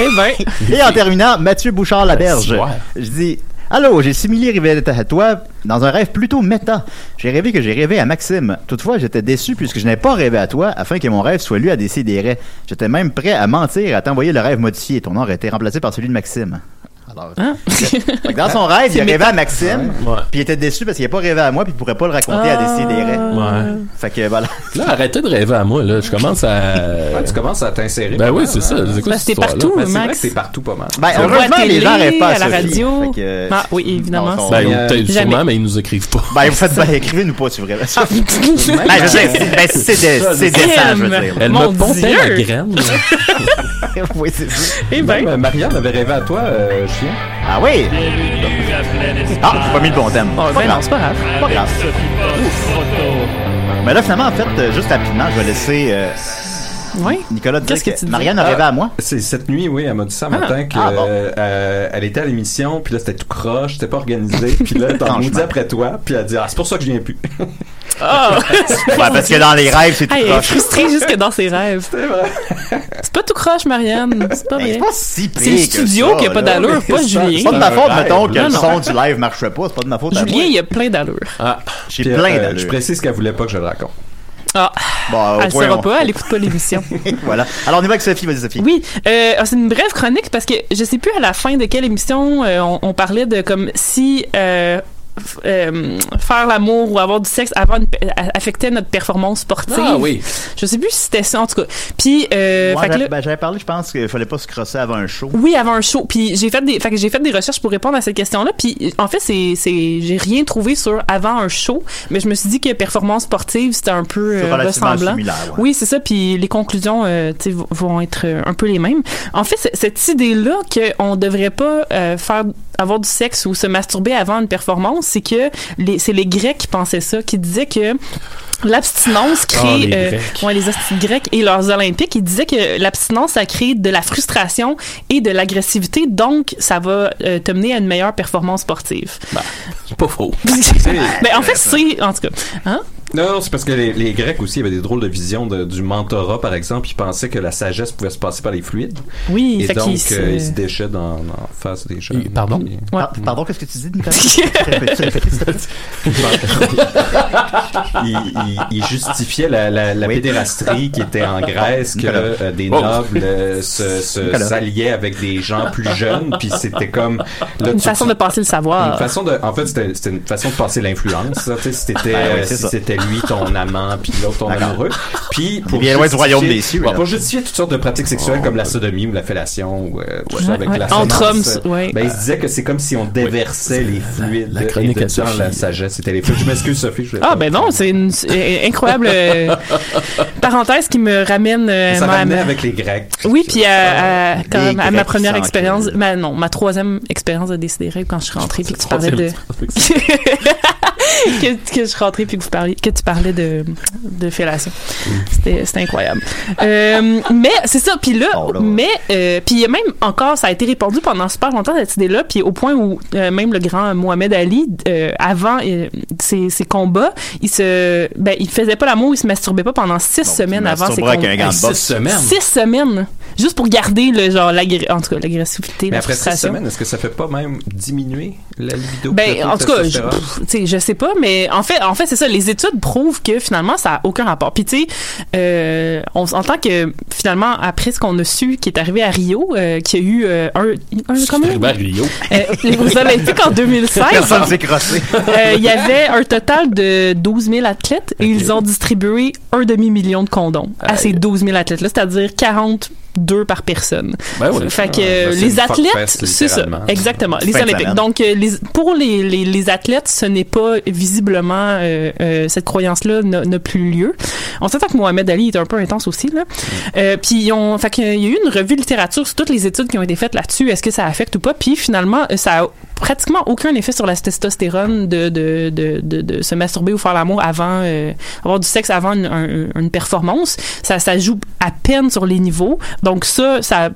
Speaker 7: Eh ben,
Speaker 4: Et en terminant, Mathieu Bouchard Laberge.
Speaker 5: Ouais.
Speaker 4: Je dis Allô, j'ai similé Rivette à toi dans un rêve plutôt méta. J'ai rêvé que j'ai rêvé à Maxime. Toutefois, j'étais déçu puisque je n'ai pas rêvé à toi afin que mon rêve soit lu à des sidérés. J'étais même prêt à mentir et à t'envoyer le rêve modifié. Ton nom aurait été remplacé par celui de Maxime. Alors,
Speaker 7: Hein?
Speaker 4: Fait que dans son rêve, il a rêvé à Maxime,
Speaker 5: Ah, Ouais.
Speaker 4: puis il était déçu parce qu'il n'a pas rêvé à moi, puis il pourrait pas le raconter à
Speaker 7: Ah.
Speaker 4: des sidérés.
Speaker 5: Ouais. Ah.
Speaker 4: Fait que voilà.
Speaker 5: Là, arrêtez de rêver à moi. Là. Je commence à.
Speaker 8: Ouais, tu commences à t'insérer.
Speaker 5: Ben
Speaker 8: pas
Speaker 5: oui,
Speaker 8: mal,
Speaker 5: c'est
Speaker 8: hein.
Speaker 5: ça. C'est quoi
Speaker 7: Ben,
Speaker 5: cette
Speaker 7: c'était
Speaker 5: histoire-là?
Speaker 7: partout,
Speaker 8: Ben, c'est vrai que
Speaker 7: Max.
Speaker 8: c'est partout pas mal.
Speaker 7: On
Speaker 4: Ben,
Speaker 7: le voit à
Speaker 4: heureusement, les
Speaker 7: télé,
Speaker 4: gens rêvent pas à,
Speaker 7: à la
Speaker 4: Sophie.
Speaker 7: radio.
Speaker 4: Fait que-
Speaker 7: Ah, oui, évidemment.
Speaker 4: Non, son-
Speaker 5: Ben, ils- peut-être
Speaker 7: Jamais.
Speaker 5: sûrement, mais ils nous écrivent pas.
Speaker 4: Ben, vous faites bien, écrivez-nous pas, si vous rêvez. Ben, je sais, c'est- ben, c'est des, c'est des ça, je veux dire.
Speaker 5: Elle
Speaker 7: Mon
Speaker 5: me pontait la
Speaker 7: Dieu.
Speaker 5: graine.
Speaker 4: Oui, c'est ça.
Speaker 7: Eh
Speaker 8: Même,
Speaker 7: ben,
Speaker 8: euh, Marianne avait rêvé à toi, euh, chien.
Speaker 4: Ah oui! Ah, j'ai pas mis le bon thème.
Speaker 7: oh,
Speaker 4: pas
Speaker 7: ben non,
Speaker 4: grave,
Speaker 7: c'est pas grave.
Speaker 4: pas grave. Mais là, finalement, en fait, euh, juste rapidement, je vais laisser euh,
Speaker 7: Oui.
Speaker 4: Nicolas dire
Speaker 7: Qu'est-ce
Speaker 4: que,
Speaker 7: que tu dis? Ah.
Speaker 4: Marianne arrivait à moi.
Speaker 8: C'est cette nuit, oui, elle m'a dit ça un matin que
Speaker 4: Ah, bon.
Speaker 8: euh, euh, elle était à l'émission, puis là c'était tout croche, c'était pas organisé, puis là t'en
Speaker 4: Franchement.
Speaker 8: dit après toi, puis elle dit ah c'est pour ça que je viens plus.
Speaker 7: Ah!
Speaker 4: Ouais, parce que dans les rêves, c'est tout
Speaker 7: Hey, elle est
Speaker 4: proche.
Speaker 7: frustrée jusque dans ses rêves.
Speaker 8: C'est vrai.
Speaker 7: C'est pas tout croche, Marianne. C'est pas
Speaker 4: Mais
Speaker 7: vrai.
Speaker 4: c'est pas si pire
Speaker 7: C'est le
Speaker 4: que
Speaker 7: studio
Speaker 4: ça,
Speaker 7: qui a pas
Speaker 4: là.
Speaker 7: d'allure, pas
Speaker 8: C'est
Speaker 4: C'est
Speaker 7: Julien.
Speaker 4: pas de ma faute,
Speaker 8: Live,
Speaker 4: mettons, que
Speaker 7: là,
Speaker 4: le
Speaker 7: non.
Speaker 4: son du live marchait pas. C'est pas de ma faute à
Speaker 7: Julien,
Speaker 4: moi.
Speaker 7: il a plein d'allure.
Speaker 5: Ah,
Speaker 4: J'ai
Speaker 8: Puis,
Speaker 4: plein
Speaker 8: euh,
Speaker 4: d'allure.
Speaker 8: je précise qu'elle voulait pas que je le raconte.
Speaker 7: Ah,
Speaker 4: Bon, au
Speaker 7: elle le
Speaker 4: point,
Speaker 7: saura
Speaker 4: on-
Speaker 7: pas, elle écoute pas l'émission.
Speaker 4: Bah, voilà. Alors, on y va avec Sophie, vas-y, Sophie.
Speaker 7: Oui, euh, ah, c'est une brève chronique parce que je sais plus à la fin de quelle émission euh, on, on parlait de comme si euh, euh, faire l'amour ou avoir du sexe avant une pe- a- affectait notre performance sportive.
Speaker 4: Ah oui.
Speaker 7: Je sais plus si c'était ça en tout cas. Puis euh,
Speaker 4: Moi,
Speaker 7: fait que
Speaker 4: j'a-
Speaker 7: là-
Speaker 4: ben, j'avais parlé, je pense qu'il fallait pas se crosser avant un show.
Speaker 7: oui, avant un show. Puis j'ai fait des, fait que j'ai fait des recherches pour répondre à cette question-là. Puis en fait, c'est, c'est, j'ai rien trouvé sur avant un show, mais je me suis dit que performance sportive c'était un peu
Speaker 4: C'est
Speaker 7: euh,
Speaker 4: relativement
Speaker 7: ressemblant.
Speaker 4: similaire, ouais.
Speaker 7: Oui, c'est ça. Puis les conclusions, euh, tu sais, v- vont être euh, un peu les mêmes. En fait, c'est- cette idée-là qu'on devrait pas euh, faire avoir du sexe ou se masturber avant une performance, c'est que les, c'est les Grecs qui pensaient ça, qui disaient que l'abstinence crée
Speaker 10: Ah, les
Speaker 7: euh,
Speaker 10: Grecs.
Speaker 7: Ouais, les hosties grecs et leurs olympiques, ils disaient que l'abstinence, ça crée de la frustration et de l'agressivité, donc ça va euh, te mener à une meilleure performance sportive.
Speaker 5: C'est pas faux.
Speaker 7: Mais en fait, c'est... En tout cas, hein?
Speaker 8: Non, non, c'est parce que les, les Grecs aussi avaient des drôles de visions de- du mentorat, par exemple. Ils pensaient que la sagesse pouvait se passer par les fluides.
Speaker 7: Oui,
Speaker 8: Et
Speaker 7: fait
Speaker 8: donc,
Speaker 7: qu'ils
Speaker 8: euh,
Speaker 7: se-
Speaker 8: ils se déchaient dans, en face des gens.
Speaker 5: Pardon?
Speaker 4: Par- Ah, pardon, qu'est-ce que tu dis, Nicolas? Répète-tu, répète-tu, s'il te plaît.
Speaker 8: il, il- il justifiait la, la, la pédérastrie qui était en Grèce, que
Speaker 5: Nicolas.
Speaker 8: euh, des
Speaker 5: Oh.
Speaker 8: nobles euh, se- se-
Speaker 5: Nicolas.
Speaker 8: s'alliaient avec des gens plus jeunes, puis c'était comme... là,
Speaker 7: une
Speaker 8: tu-
Speaker 7: façon de passer le savoir.
Speaker 8: une façon de, en fait, c'était c'était une façon de passer l'influence. ça, tu sais, Si c'était
Speaker 4: Ah oui,
Speaker 8: euh,
Speaker 4: c'est
Speaker 8: si
Speaker 4: ça.
Speaker 8: c'était lui ton amant, puis l'autre ton
Speaker 4: D'accord.
Speaker 8: amoureux, puis
Speaker 4: est bien loin du
Speaker 8: justifier-
Speaker 4: royaume des cieux,
Speaker 8: bon,
Speaker 4: là.
Speaker 8: pour justifier toutes sortes de pratiques sexuelles comme la sodomie ou la fellation ou euh, tout
Speaker 7: Ouais,
Speaker 8: ça avec
Speaker 7: ouais.
Speaker 8: la
Speaker 7: Entre
Speaker 8: semence,
Speaker 7: hommes, ouais.
Speaker 8: ben, il se disait que c'est comme si on déversait les fluides
Speaker 5: la chronique
Speaker 8: et
Speaker 5: à
Speaker 8: dedans,
Speaker 5: Sophie.
Speaker 8: la sagesse c'était les fluides. Je m'excuse Sophie. Je
Speaker 7: Ah ben non, c'est une euh, incroyable euh, parenthèse qui me ramène euh,
Speaker 8: ça
Speaker 7: ma-
Speaker 8: ramenait
Speaker 7: ma-
Speaker 8: avec les Grecs.
Speaker 7: Oui, puis à, à- quand
Speaker 8: Les
Speaker 7: même, à ma
Speaker 8: Grecs
Speaker 7: première
Speaker 8: sans
Speaker 7: expérience, ma, non, ma troisième expérience de décider quand je suis rentrée puis que tu parlais de que, que je suis rentrée puis que vous parliez que tu parlais de de fellation. C'était c'était incroyable. Euh, mais c'est ça puis là, mais euh, puis même encore ça a été répandu pendant super longtemps cette idée là puis au point où euh, même le grand Mohamed Ali euh, avant euh, ses, ses combats, il se ben il faisait pas l'amour, il se masturbait pas pendant six semaines avant ses
Speaker 4: masturberas avec
Speaker 7: combats.
Speaker 4: un gant de Hey, six boxe. semaines?
Speaker 7: Six semaines. Juste pour garder le genre l'agré- en tout cas l'agressivité,
Speaker 8: Mais
Speaker 7: la
Speaker 8: après six
Speaker 7: frustration.
Speaker 8: semaines, est-ce que ça fait pas même diminuer la libido? le
Speaker 7: Ben,
Speaker 8: taux de
Speaker 7: en tout cas, je,
Speaker 8: testostérone?
Speaker 7: pff, tu sais, je sais pas, mais en fait, en fait, c'est ça. Les études prouvent que finalement, ça a aucun rapport. Puis tu sais, euh, on entend que finalement, après ce qu'on a su qui est arrivé à Rio, euh, qu'il y a eu euh, un, un comment? Euh, les Jeux Olympiques en 2016.
Speaker 4: Personne s'est crossé.
Speaker 7: Euh, il y avait un total de 12 000 athlètes et ils ont distribué un demi-million de condoms à ces 12 000 athlètes-là, c'est-à-dire 42 par personne.
Speaker 5: Ben oui.
Speaker 7: Fait que
Speaker 5: Ah,
Speaker 7: euh,
Speaker 5: ben c'est une
Speaker 7: les athlètes,
Speaker 5: fuckfest,
Speaker 7: c'est ça,
Speaker 5: littéralement.
Speaker 7: exactement, les
Speaker 5: Fin de
Speaker 7: Olympiques.
Speaker 5: semaine.
Speaker 7: Donc euh, les- pour les, les, les athlètes, ce n'est pas visiblement euh, euh, cette croyance-là n'a n'a plus lieu. On s'attend que Mohamed Ali est un peu intense aussi
Speaker 5: Mm.
Speaker 7: là. Euh, puis ils ont, fait qu'il y a eu une revue littérature sur toutes les études qui ont été faites là-dessus. Est-ce que ça affecte ou pas Puis finalement, euh, ça a pratiquement aucun effet sur la testostérone de de, de, de, de se masturber ou faire l'amour avant euh, avoir du sexe avant une, un- une performance. Ça ça joue à peine sur les niveaux. Donc ça ça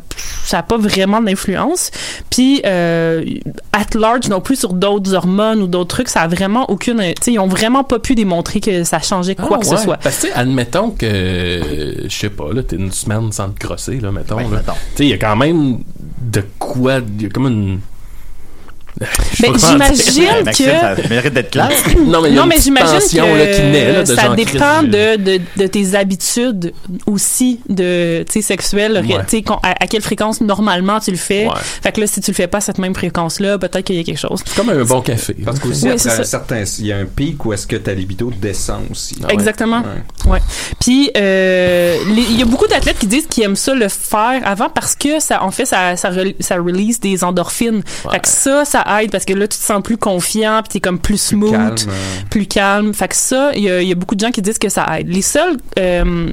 Speaker 7: ça a pas vraiment d'influence. Puis euh, at large non plus sur d'autres hormones ou d'autres trucs, ça a vraiment aucune. Tu sais, ils ont vraiment pas pu démontrer que ça changeait quoi que ce soit.
Speaker 5: Ah, Parce que, tu sais, admettons que, euh, je sais pas, là, t'es une semaine sans te crosser, là, mettons.
Speaker 4: Ouais,
Speaker 5: là.
Speaker 4: mettons.
Speaker 5: Tu sais, il y a quand même de quoi, il y a comme une. Je sais
Speaker 7: Ben,
Speaker 5: pas comment dire.
Speaker 7: j'imagine Ouais, Maxime, que- ça
Speaker 4: mérite d'être
Speaker 5: non, mais il y a une petite tension, là, qui naît, là, de
Speaker 7: ça
Speaker 5: genre,
Speaker 7: dépend
Speaker 5: Christ,
Speaker 7: de, de, de tes habitudes aussi de tu sais, sexuelles, ré-
Speaker 5: Ouais.
Speaker 7: tu sais, qu'on- à, à quelle fréquence normalement tu le fais. Fait que là, si tu le fais pas à cette même fréquence-là, peut-être qu'il y a quelque chose.
Speaker 5: C'est comme un bon café.
Speaker 8: Parce qu'aussi,
Speaker 7: Oui, c'est
Speaker 8: après
Speaker 7: ça.
Speaker 8: un certain, il y a un pic où est-ce que ta libido descend aussi.
Speaker 5: Ah
Speaker 7: Exactement.
Speaker 8: Ah Ouais.
Speaker 7: Ouais. Puis euh, les- il y a beaucoup d'athlètes qui disent qu'ils aiment ça le faire avant parce que ça en fait ça ça, re- ça release des endorphines. Fait que ça ça aide parce que là tu te sens plus confiant, puis t'es comme plus smooth,
Speaker 8: calme.
Speaker 7: plus calme. Fait que ça il y, a- il y a beaucoup de gens qui disent que ça aide. Les seuls euh,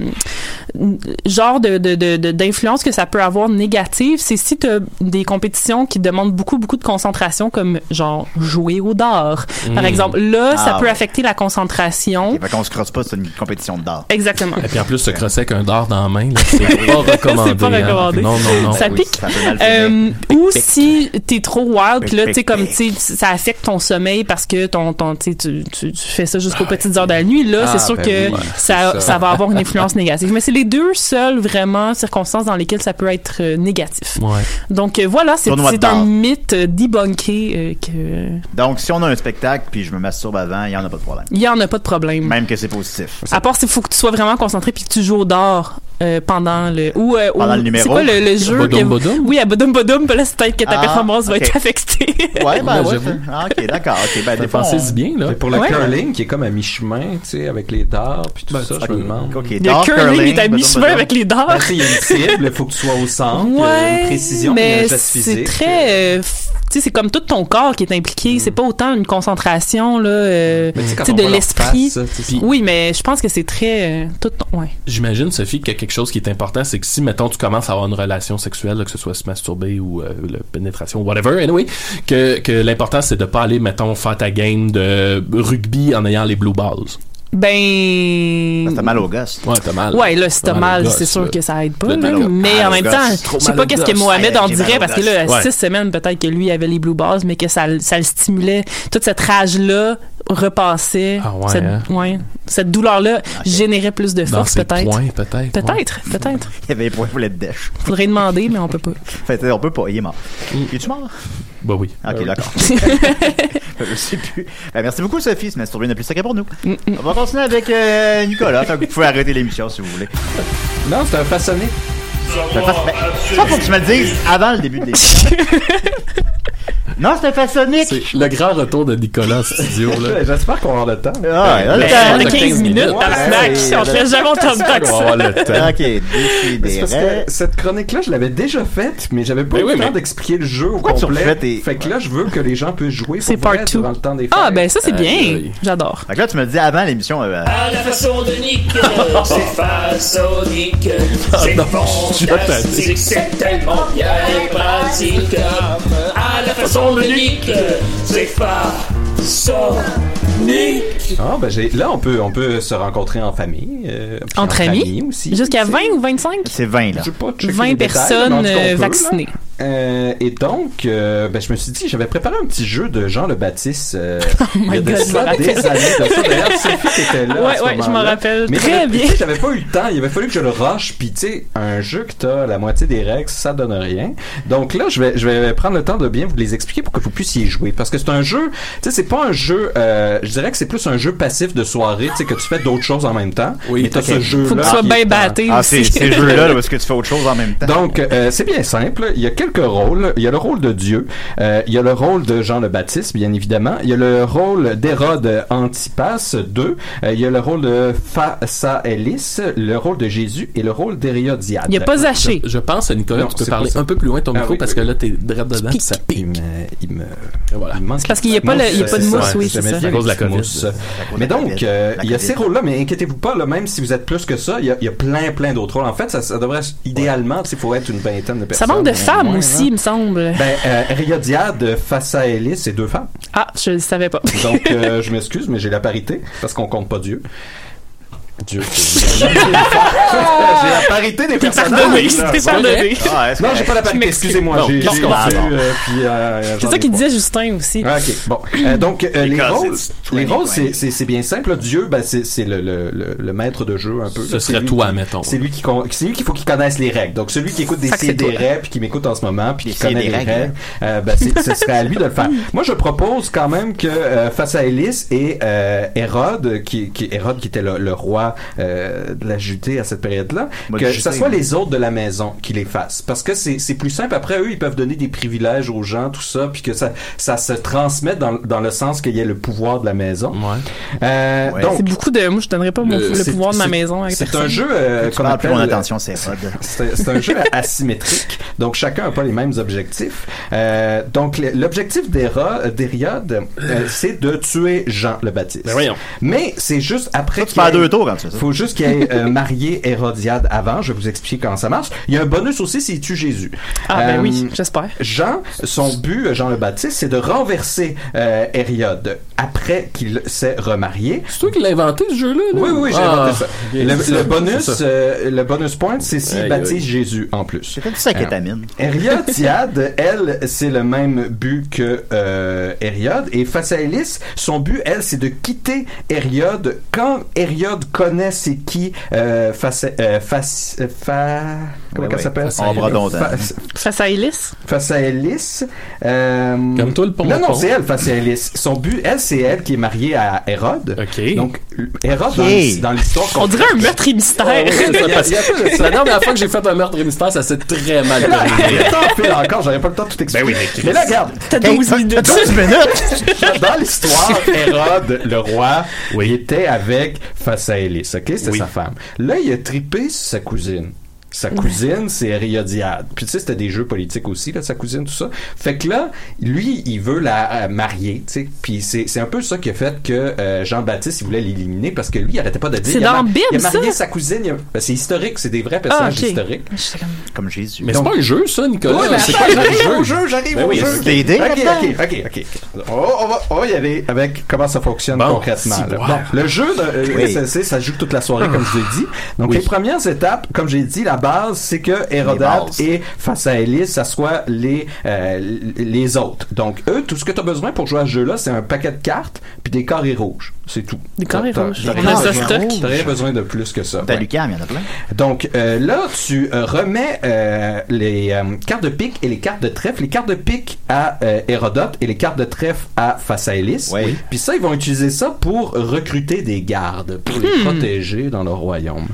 Speaker 7: genres de de- de- de- d'influence que ça peut avoir négative, c'est si t'as des compétitions qui demandent beaucoup beaucoup de concentration comme genre jouer au dard. Par
Speaker 4: Mm.
Speaker 8: Hmm.
Speaker 7: exemple, là ça
Speaker 4: Ah
Speaker 7: peut
Speaker 4: ouais.
Speaker 7: affecter la concentration.
Speaker 4: Fait qu'on se crosse pas, c'est une compétition de dard.
Speaker 7: Exactement.
Speaker 5: Et puis en plus, se crosser avec un dard dans la main, là, c'est pas recommandé.
Speaker 7: C'est pas
Speaker 5: hein.
Speaker 7: recommandé.
Speaker 5: Non, non,
Speaker 4: Ah,
Speaker 5: non.
Speaker 7: Ça
Speaker 5: Oui,
Speaker 7: pique.
Speaker 5: ça peut mal
Speaker 7: Euh, ou si t'es trop wild, puis là, tu sais,
Speaker 5: Pic, pic,
Speaker 7: comme, tu sais, ça affecte ton sommeil parce que ton, ton, tu, sais, tu, tu- tu fais ça jusqu'aux petites heures de la nuit, là,
Speaker 5: Ah,
Speaker 7: c'est sûr
Speaker 5: ben
Speaker 7: que
Speaker 5: oui,
Speaker 7: ça,
Speaker 5: c'est ça.
Speaker 7: ça. va avoir une influence négative. Mais c'est les deux seules, vraiment, circonstances dans lesquelles ça peut être euh, négatif.
Speaker 5: Ouais.
Speaker 7: Donc, euh, voilà, c'est
Speaker 4: Tournoi de
Speaker 7: c'est un
Speaker 4: dard.
Speaker 7: mythe euh, debunké euh, que...
Speaker 4: Donc, si on a un spectacle puis je me masturbe avant, il n'y en a pas de problème.
Speaker 7: Il n'y en a pas de problème.
Speaker 4: Même que c'est positif.
Speaker 7: À part s'il faut que tu sois vraiment concentré puis que tu joues au dard euh, pendant le ou euh,
Speaker 4: Pendant
Speaker 7: au-
Speaker 4: le numéro.
Speaker 7: C'est quoi le, le jeu
Speaker 4: Bodum
Speaker 7: que-
Speaker 4: Bodum?
Speaker 7: Oui, à Bodum Bodum, puis là c'est peut-être que ta
Speaker 4: Ah,
Speaker 7: performance va
Speaker 4: ok.
Speaker 7: être affectée.
Speaker 4: Ouais, ben ouais.
Speaker 8: j'avoue.
Speaker 4: Ah, ok, d'accord. Ok, ben, des fois, on-
Speaker 8: si bien, là. pour le
Speaker 7: Ouais.
Speaker 8: curling qui est comme à mi-chemin, tu sais, avec les dards, puis tout ça, je me demande.
Speaker 7: Le dards, curling curling, est à badum, mi-chemin badum. avec les dards.
Speaker 8: Ben, tu sais, Il y a une cible, il faut que tu sois au
Speaker 5: Ben,
Speaker 8: centre, il y a
Speaker 7: Ouais,
Speaker 8: une précision, puis il y a
Speaker 7: mais
Speaker 8: un geste
Speaker 7: c'est
Speaker 8: physique.
Speaker 7: très euh, f- tu sais, c'est comme tout ton corps qui est impliqué. C'est pas autant une concentration là, euh,
Speaker 5: Mm. Mais tu sais, quand
Speaker 7: tu sais,
Speaker 5: on
Speaker 7: de
Speaker 5: voit leur
Speaker 7: l'esprit.
Speaker 5: face, tu sais.
Speaker 7: Oui, mais je pense que c'est très euh, tout. ton- Ouais.
Speaker 5: J'imagine, Sophie, que quelque chose qui est important, c'est que si, mettons, tu commences à avoir une relation sexuelle, là, que ce soit se masturber ou euh, la pénétration, whatever, anyway, que, que l'important, c'est de pas aller, mettons, faire ta game de rugby en ayant les blue balls.
Speaker 7: Ben.
Speaker 4: T'as mal au gosse.
Speaker 5: Ouais, t'as mal.
Speaker 7: Ouais, là, si t'as mal,
Speaker 5: au
Speaker 7: c'est
Speaker 5: gosse,
Speaker 7: sûr
Speaker 5: là.
Speaker 7: que ça aide pas.
Speaker 5: T'as
Speaker 7: là.
Speaker 5: mal au-
Speaker 7: mais
Speaker 5: mal
Speaker 7: en
Speaker 5: au
Speaker 7: même
Speaker 5: gosse.
Speaker 7: temps,
Speaker 5: Trop
Speaker 7: je sais
Speaker 5: mal
Speaker 7: pas
Speaker 5: au
Speaker 7: qu'est-ce que
Speaker 5: gosse.
Speaker 7: Mohamed
Speaker 5: Ouais,
Speaker 7: en
Speaker 5: j'ai mal
Speaker 7: dirait,
Speaker 5: au
Speaker 7: parce que
Speaker 5: gosse.
Speaker 7: là, à
Speaker 5: Ouais.
Speaker 7: six semaines, peut-être que lui avait les blue balls, mais que ça, le- ça le stimulait. Toute cette rage-là repassait.
Speaker 5: Ah ouais,
Speaker 7: cette,
Speaker 5: hein?
Speaker 7: ouais. Cette douleur-là générait plus de
Speaker 5: Dans
Speaker 7: force,
Speaker 5: ses
Speaker 7: peut-être.
Speaker 5: points, peut-être. ouais.
Speaker 7: Peut-être, peut-être.
Speaker 4: Il y avait les points pour de dèche.
Speaker 7: Faudrait demander, mais on peut pas.
Speaker 4: Fait, on peut pas, il est mort.
Speaker 7: Mm.
Speaker 4: Es-tu mort?
Speaker 5: Bah oui.
Speaker 4: Ah, Ok,
Speaker 5: Euh,
Speaker 4: d'accord. je sais plus. Euh, merci beaucoup, Sophie. C'est Masturber n'a plus sacré pour nous. On va continuer avec euh, Nicolas. Fait que vous pouvez arrêter l'émission si vous voulez.
Speaker 8: Non, c'est un façonné.
Speaker 4: Ça, faut que tu me le dises avant le début de l'émission. non, c'est un façonnique.
Speaker 5: C'est le grand retour de Nicolas en studio, là.
Speaker 8: J'espère qu'on aura le temps.
Speaker 4: Ah, là,
Speaker 5: Ben,
Speaker 4: le temps.
Speaker 5: on a
Speaker 7: 15 minutes,
Speaker 8: Ah,
Speaker 7: tabarnak. On te laisse jamais autant de temps que
Speaker 5: On va avoir le temps.
Speaker 4: Ok,
Speaker 8: Mais c'est parce
Speaker 4: décidé.
Speaker 8: que cette chronique-là, je l'avais déjà faite, mais j'avais pas
Speaker 5: Ben
Speaker 8: eu
Speaker 5: oui,
Speaker 8: le temps
Speaker 5: mais-
Speaker 8: d'expliquer le jeu au
Speaker 4: Pourquoi tu
Speaker 8: complet.
Speaker 4: refais tes-
Speaker 8: Fait que là, je veux que les gens puissent jouer
Speaker 7: C'est
Speaker 8: pour vrai
Speaker 7: part two.
Speaker 8: durant le temps des fêtes.
Speaker 7: Ah, ben ça, c'est bien.
Speaker 5: oui.
Speaker 7: J'adore.
Speaker 4: Fait que là, tu me le dis avant l'émission. euh,
Speaker 9: À la façon de Nick, c'est façonnique, c'est fantastique, c'est tellement bien et pratique. À la façon de Nick, c'est façonnique.
Speaker 8: Ah, ben j'ai- là, on peut, on peut se rencontrer en famille. euh, puis
Speaker 7: Entre
Speaker 8: en
Speaker 7: amis?
Speaker 8: famille aussi.
Speaker 7: Jusqu'à
Speaker 8: tu sais.
Speaker 7: 20 ou 25?
Speaker 4: c'est 20, là.
Speaker 8: Je sais pas, checker
Speaker 7: 20
Speaker 8: les détails,
Speaker 7: personnes,
Speaker 8: mais en tout cas, on
Speaker 7: euh,
Speaker 8: peut, là.
Speaker 7: vaccinées.
Speaker 8: Euh, et donc, euh, ben, je me suis dit, j'avais préparé un petit jeu de Jean le Baptiste. euh, il y a
Speaker 7: Oh my
Speaker 8: de
Speaker 7: God, je
Speaker 8: ça
Speaker 7: me
Speaker 8: des années
Speaker 7: rappelle.
Speaker 8: de ça. D'ailleurs, Sophie était là. à
Speaker 7: Ouais,
Speaker 8: ce
Speaker 7: ouais, je
Speaker 8: moment-là.
Speaker 7: m'en rappelle
Speaker 8: Mais
Speaker 7: très
Speaker 8: j'avais-
Speaker 7: bien.
Speaker 8: tu sais, J'avais pas eu le temps. Il avait fallu que je le rush. Puis, tu sais, un jeu que t'as la moitié des règles, ça donne rien. Donc là, je vais, je vais prendre le temps de bien vous les expliquer pour que vous puissiez y jouer. Parce que c'est un jeu, tu sais, c'est pas un jeu, euh, je dirais que c'est plus un jeu passif de soirée, tu sais, que tu fais d'autres choses en même temps.
Speaker 5: Oui,
Speaker 8: mais t'as
Speaker 5: ok.
Speaker 8: ce jeu-là.
Speaker 7: Faut que tu
Speaker 8: qui
Speaker 7: sois
Speaker 8: est
Speaker 7: bien
Speaker 8: en-
Speaker 7: batté
Speaker 4: Ah, c'est
Speaker 7: aussi.
Speaker 4: ces jeux-là là, où est-ce que tu fais autre chose en même temps.
Speaker 8: donc, euh, c'est bien simple. Il y a quelques rôles. Il y a le rôle de Dieu. Euh, il y a le rôle de Jean le Baptiste, bien évidemment. Il y a le rôle d'Hérode Antipas II. Euh, il y a le rôle de Phasaélis, le rôle de Jésus et le rôle d'Hérodiade.
Speaker 7: Il n'y a pas Zaché.
Speaker 5: Je pense, Nicolas,
Speaker 8: Non,
Speaker 5: tu peux
Speaker 8: c'est pas
Speaker 5: parler
Speaker 8: ça.
Speaker 5: un peu plus loin de ton
Speaker 8: Ah
Speaker 5: micro
Speaker 8: oui,
Speaker 5: parce
Speaker 8: oui,
Speaker 5: que
Speaker 8: oui.
Speaker 5: là, t'es direct dedans puis ça pique.
Speaker 8: Il me, il me,
Speaker 5: Et voilà.
Speaker 8: il me manque-
Speaker 7: C'est parce qu'il y a pas le- il y a pas de
Speaker 8: c'est
Speaker 7: mousse,
Speaker 8: ça,
Speaker 7: oui, c'est
Speaker 8: j'aimais
Speaker 7: ça.
Speaker 8: bien
Speaker 5: À cause de la
Speaker 8: les petites
Speaker 5: COVID.
Speaker 8: mousses.
Speaker 4: cause
Speaker 8: Mais
Speaker 4: de la
Speaker 8: donc,
Speaker 4: COVID.
Speaker 8: euh,
Speaker 4: La
Speaker 8: il y a
Speaker 4: COVID.
Speaker 8: ces rôles-là, mais inquiétez-vous pas, là, même si vous êtes plus que ça, il y a, il y a plein, plein d'autres rôles. En fait, ça, ça devrait, idéalement, il faut être une vingtaine de
Speaker 7: Ça
Speaker 8: personnes.
Speaker 7: manque de
Speaker 8: au
Speaker 7: femmes
Speaker 8: moins,
Speaker 7: aussi,
Speaker 8: là.
Speaker 7: il me semble.
Speaker 8: Ben, euh, Hérodiade, Phasaélis, c'est deux femmes.
Speaker 7: Ah, je le savais pas.
Speaker 8: Donc, euh, je m'excuse, mais j'ai la parité, parce qu'on compte pas Dieu. Dieu, c'est- j'ai la parité des
Speaker 7: T'es
Speaker 8: personnages.
Speaker 7: pardonné,
Speaker 8: là.
Speaker 7: t'es pardonné.
Speaker 4: Ah, est-ce
Speaker 8: Non,
Speaker 4: que-
Speaker 8: j'ai pas la
Speaker 7: Je
Speaker 8: parité,
Speaker 7: m'excuse.
Speaker 8: excusez-moi.
Speaker 5: Non,
Speaker 8: j'ai-
Speaker 5: qu'est-ce
Speaker 8: J'ai
Speaker 5: qu'on
Speaker 8: perdu,
Speaker 5: fait?
Speaker 8: euh, puis, euh,
Speaker 7: C'est
Speaker 8: j'en
Speaker 7: ça
Speaker 8: ai
Speaker 7: qu'il
Speaker 8: pas.
Speaker 7: disait Justin aussi.
Speaker 8: Ah, Ok, bon. Euh, donc, euh, les
Speaker 4: Because
Speaker 8: rôles,
Speaker 4: it's
Speaker 8: les rôles,
Speaker 4: 2020.
Speaker 8: c'est- c'est c'est bien simple. là. Dieu, ben, c'est c'est le, le, le, le maître de jeu un peu.
Speaker 5: Ce
Speaker 8: C'est
Speaker 5: serait
Speaker 8: lui
Speaker 5: toi,
Speaker 8: qui-
Speaker 5: mettons.
Speaker 8: C'est lui qui con- c'est lui qu'il faut qu'il connaisse les règles. Donc, celui qui écoute des
Speaker 7: Ça, c'est toi.
Speaker 8: CDR puis qui m'écoute en ce moment puis qui
Speaker 4: Des
Speaker 8: connaît les
Speaker 4: CDR,
Speaker 8: règles,
Speaker 4: hein.
Speaker 8: euh, ben, c'est- ce serait à lui de le faire. Moi, je propose quand même que euh, face à Élis et euh, Hérode, qui, qui Hérode qui était le, le roi euh, de la Judée à cette période-là,
Speaker 4: Moi,
Speaker 8: que
Speaker 4: de Judée,
Speaker 8: ce soit
Speaker 4: oui.
Speaker 8: les autres de la maison qui les fassent, parce que c'est c'est plus simple. Après, eux, ils peuvent donner des privilèges aux gens, tout ça, puis que ça ça se transmette dans, dans le sens qu'il y ait le pouvoir de la maison.
Speaker 5: Ouais.
Speaker 8: Euh,
Speaker 4: Ouais.
Speaker 8: Donc
Speaker 7: C'est beaucoup de. Moi, je donnerais pas mon-
Speaker 8: euh,
Speaker 7: le
Speaker 8: c'est-
Speaker 7: pouvoir de ma
Speaker 8: c'est-
Speaker 7: maison avec
Speaker 8: C'est
Speaker 7: personne.
Speaker 8: un jeu euh,
Speaker 4: Tu
Speaker 8: qu'on
Speaker 4: parles plus mon
Speaker 8: appelle-
Speaker 4: attention, c'est Rod.
Speaker 8: c'est c'est un jeu asymétrique, donc chacun n'a pas les mêmes objectifs. Euh, donc le- l'objectif d'Héra- d'Hériode, euh, c'est de tuer Jean le Baptiste.
Speaker 5: Ben voyons.
Speaker 8: Mais c'est juste après.
Speaker 4: Tu
Speaker 8: qu'il
Speaker 4: perds
Speaker 8: ait-
Speaker 4: deux tours quand tu fais ça.
Speaker 8: faut juste qu'il ait euh, marié Hérodiade avant. Je vais vous expliquer comment ça marche. Il y a un bonus aussi s'il tue Jésus.
Speaker 7: Ah, ben
Speaker 8: Euh,
Speaker 7: oui, j'espère.
Speaker 8: Jean, son but, euh, Jean le Baptiste, c'est de renverser euh, Hérode après qu'il s'est remarié.
Speaker 5: C'est toi qui l'as inventé, ce jeu-là? là?
Speaker 8: Oui, oui, oui, j'ai
Speaker 5: Ah,
Speaker 8: inventé ça.
Speaker 5: bien,
Speaker 8: Le,
Speaker 5: c'est
Speaker 8: le
Speaker 5: ça,
Speaker 8: bonus,
Speaker 5: c'est ça.
Speaker 8: euh, le bonus point, c'est s'il
Speaker 5: Aïe,
Speaker 8: baptise
Speaker 5: aïe.
Speaker 8: Jésus en plus.
Speaker 4: C'est peut-être
Speaker 5: Ah.
Speaker 4: ça, kétamine.
Speaker 8: Hérodiade, elle, c'est le même but que euh, Hériode. Et face à Élis, son but, elle, c'est de quitter Hériode quand Hériode connaît c'est qui euh, face, euh, face, euh, fa-
Speaker 4: Ben
Speaker 8: Comment elle
Speaker 4: oui,
Speaker 8: s'appelle
Speaker 4: Faça- Bredondin.
Speaker 8: Fa-
Speaker 7: Face à Ellis?
Speaker 8: Faça Ellis. euh,
Speaker 5: Comme toi, le pompon.
Speaker 8: Non, non, c'est elle, Faça Ellis. Son but, elle, c'est elle qui est mariée à Hérode.
Speaker 5: OK.
Speaker 8: Donc, Hérode,
Speaker 4: Ok.
Speaker 8: dans l'his- dans l'histoire. qu'on-
Speaker 7: On dirait un meurtre et mystère.
Speaker 5: C'est ça,
Speaker 8: y a-
Speaker 5: parce
Speaker 8: y a pas de
Speaker 5: que
Speaker 8: ça.
Speaker 5: la dernière fois que j'ai fait un meurtre et mystère, ça s'est très mal
Speaker 8: Là,
Speaker 5: terminé.
Speaker 8: le temps file encore, j'aurais pas le temps de tout expliquer. mais là, regarde,
Speaker 7: T'as
Speaker 4: Hey,
Speaker 7: 12
Speaker 4: t'as-
Speaker 7: minutes.
Speaker 4: t'as 12 minutes!
Speaker 8: dans l'histoire, Hérode, le roi, il était avec Phasaélis, ok? C'était sa femme. Là, il a tripé sur sa cousine. Sa cousine, c'est Hérodiade. Puis tu sais, c'était des jeux politiques aussi, là, sa cousine, tout ça. Fait que là, lui, il veut la euh, marier, tu sais. Puis c'est c'est un peu ça qui a fait que euh, Jean-Baptiste, il voulait l'éliminer parce que lui, il arrêtait pas de dire...
Speaker 7: C'est
Speaker 8: il a
Speaker 7: dans
Speaker 8: mar-
Speaker 7: Bible,
Speaker 8: Il a marié
Speaker 7: ça?
Speaker 8: sa cousine. il a- Ben, c'est historique, c'est des vrais
Speaker 7: Ah,
Speaker 8: personnages
Speaker 7: ok.
Speaker 8: historiques.
Speaker 7: J'étais comme-
Speaker 4: Comme Jésus.
Speaker 5: Mais c'est pas un jeu, ça, Nicolas.
Speaker 8: Ouais, mais
Speaker 5: c'est
Speaker 8: attends,
Speaker 5: pas un
Speaker 8: j'arrive
Speaker 5: jeu.
Speaker 8: au jeu, j'arrive
Speaker 5: Ben
Speaker 8: au
Speaker 5: oui,
Speaker 8: jeu.
Speaker 4: c'est des dés,
Speaker 8: Ok,
Speaker 4: maintenant.
Speaker 8: ok, ok, ok. On, on va, on va y aller avec comment ça fonctionne
Speaker 5: Bon,
Speaker 8: concrètement.
Speaker 5: si,
Speaker 8: là.
Speaker 5: wow.
Speaker 8: Bon, le jeu de euh,
Speaker 4: Oui.
Speaker 8: SSC, ça se joue toute la soirée, comme je l'ai dit. Donc, les premières étapes, comme j'ai dit, la base, c'est que Hérodate
Speaker 4: bases.
Speaker 8: et face à Elise, ça soit les, euh, les autres. Donc, eux, tout ce que tu as besoin pour jouer à ce jeu-là, c'est un paquet de cartes puis des carrés rouges. C'est tout.
Speaker 7: Des carrés
Speaker 8: T'as-
Speaker 7: rouges.
Speaker 8: t'as
Speaker 7: On
Speaker 8: rien
Speaker 7: a ça
Speaker 8: besoin-
Speaker 7: stock.
Speaker 8: t'as rien besoin de plus que ça.
Speaker 4: T'as
Speaker 8: Ouais.
Speaker 4: Lucam, il y en a plein.
Speaker 8: Donc euh, là, tu euh, remets euh, les euh, cartes de pique et les cartes de trèfle. Les cartes de pique à euh, Hérodote et les cartes de trèfle à Phasaélis.
Speaker 4: Oui.
Speaker 8: Puis ça, ils vont utiliser ça pour recruter des gardes, pour
Speaker 7: Hmm.
Speaker 8: les protéger dans leur royaume.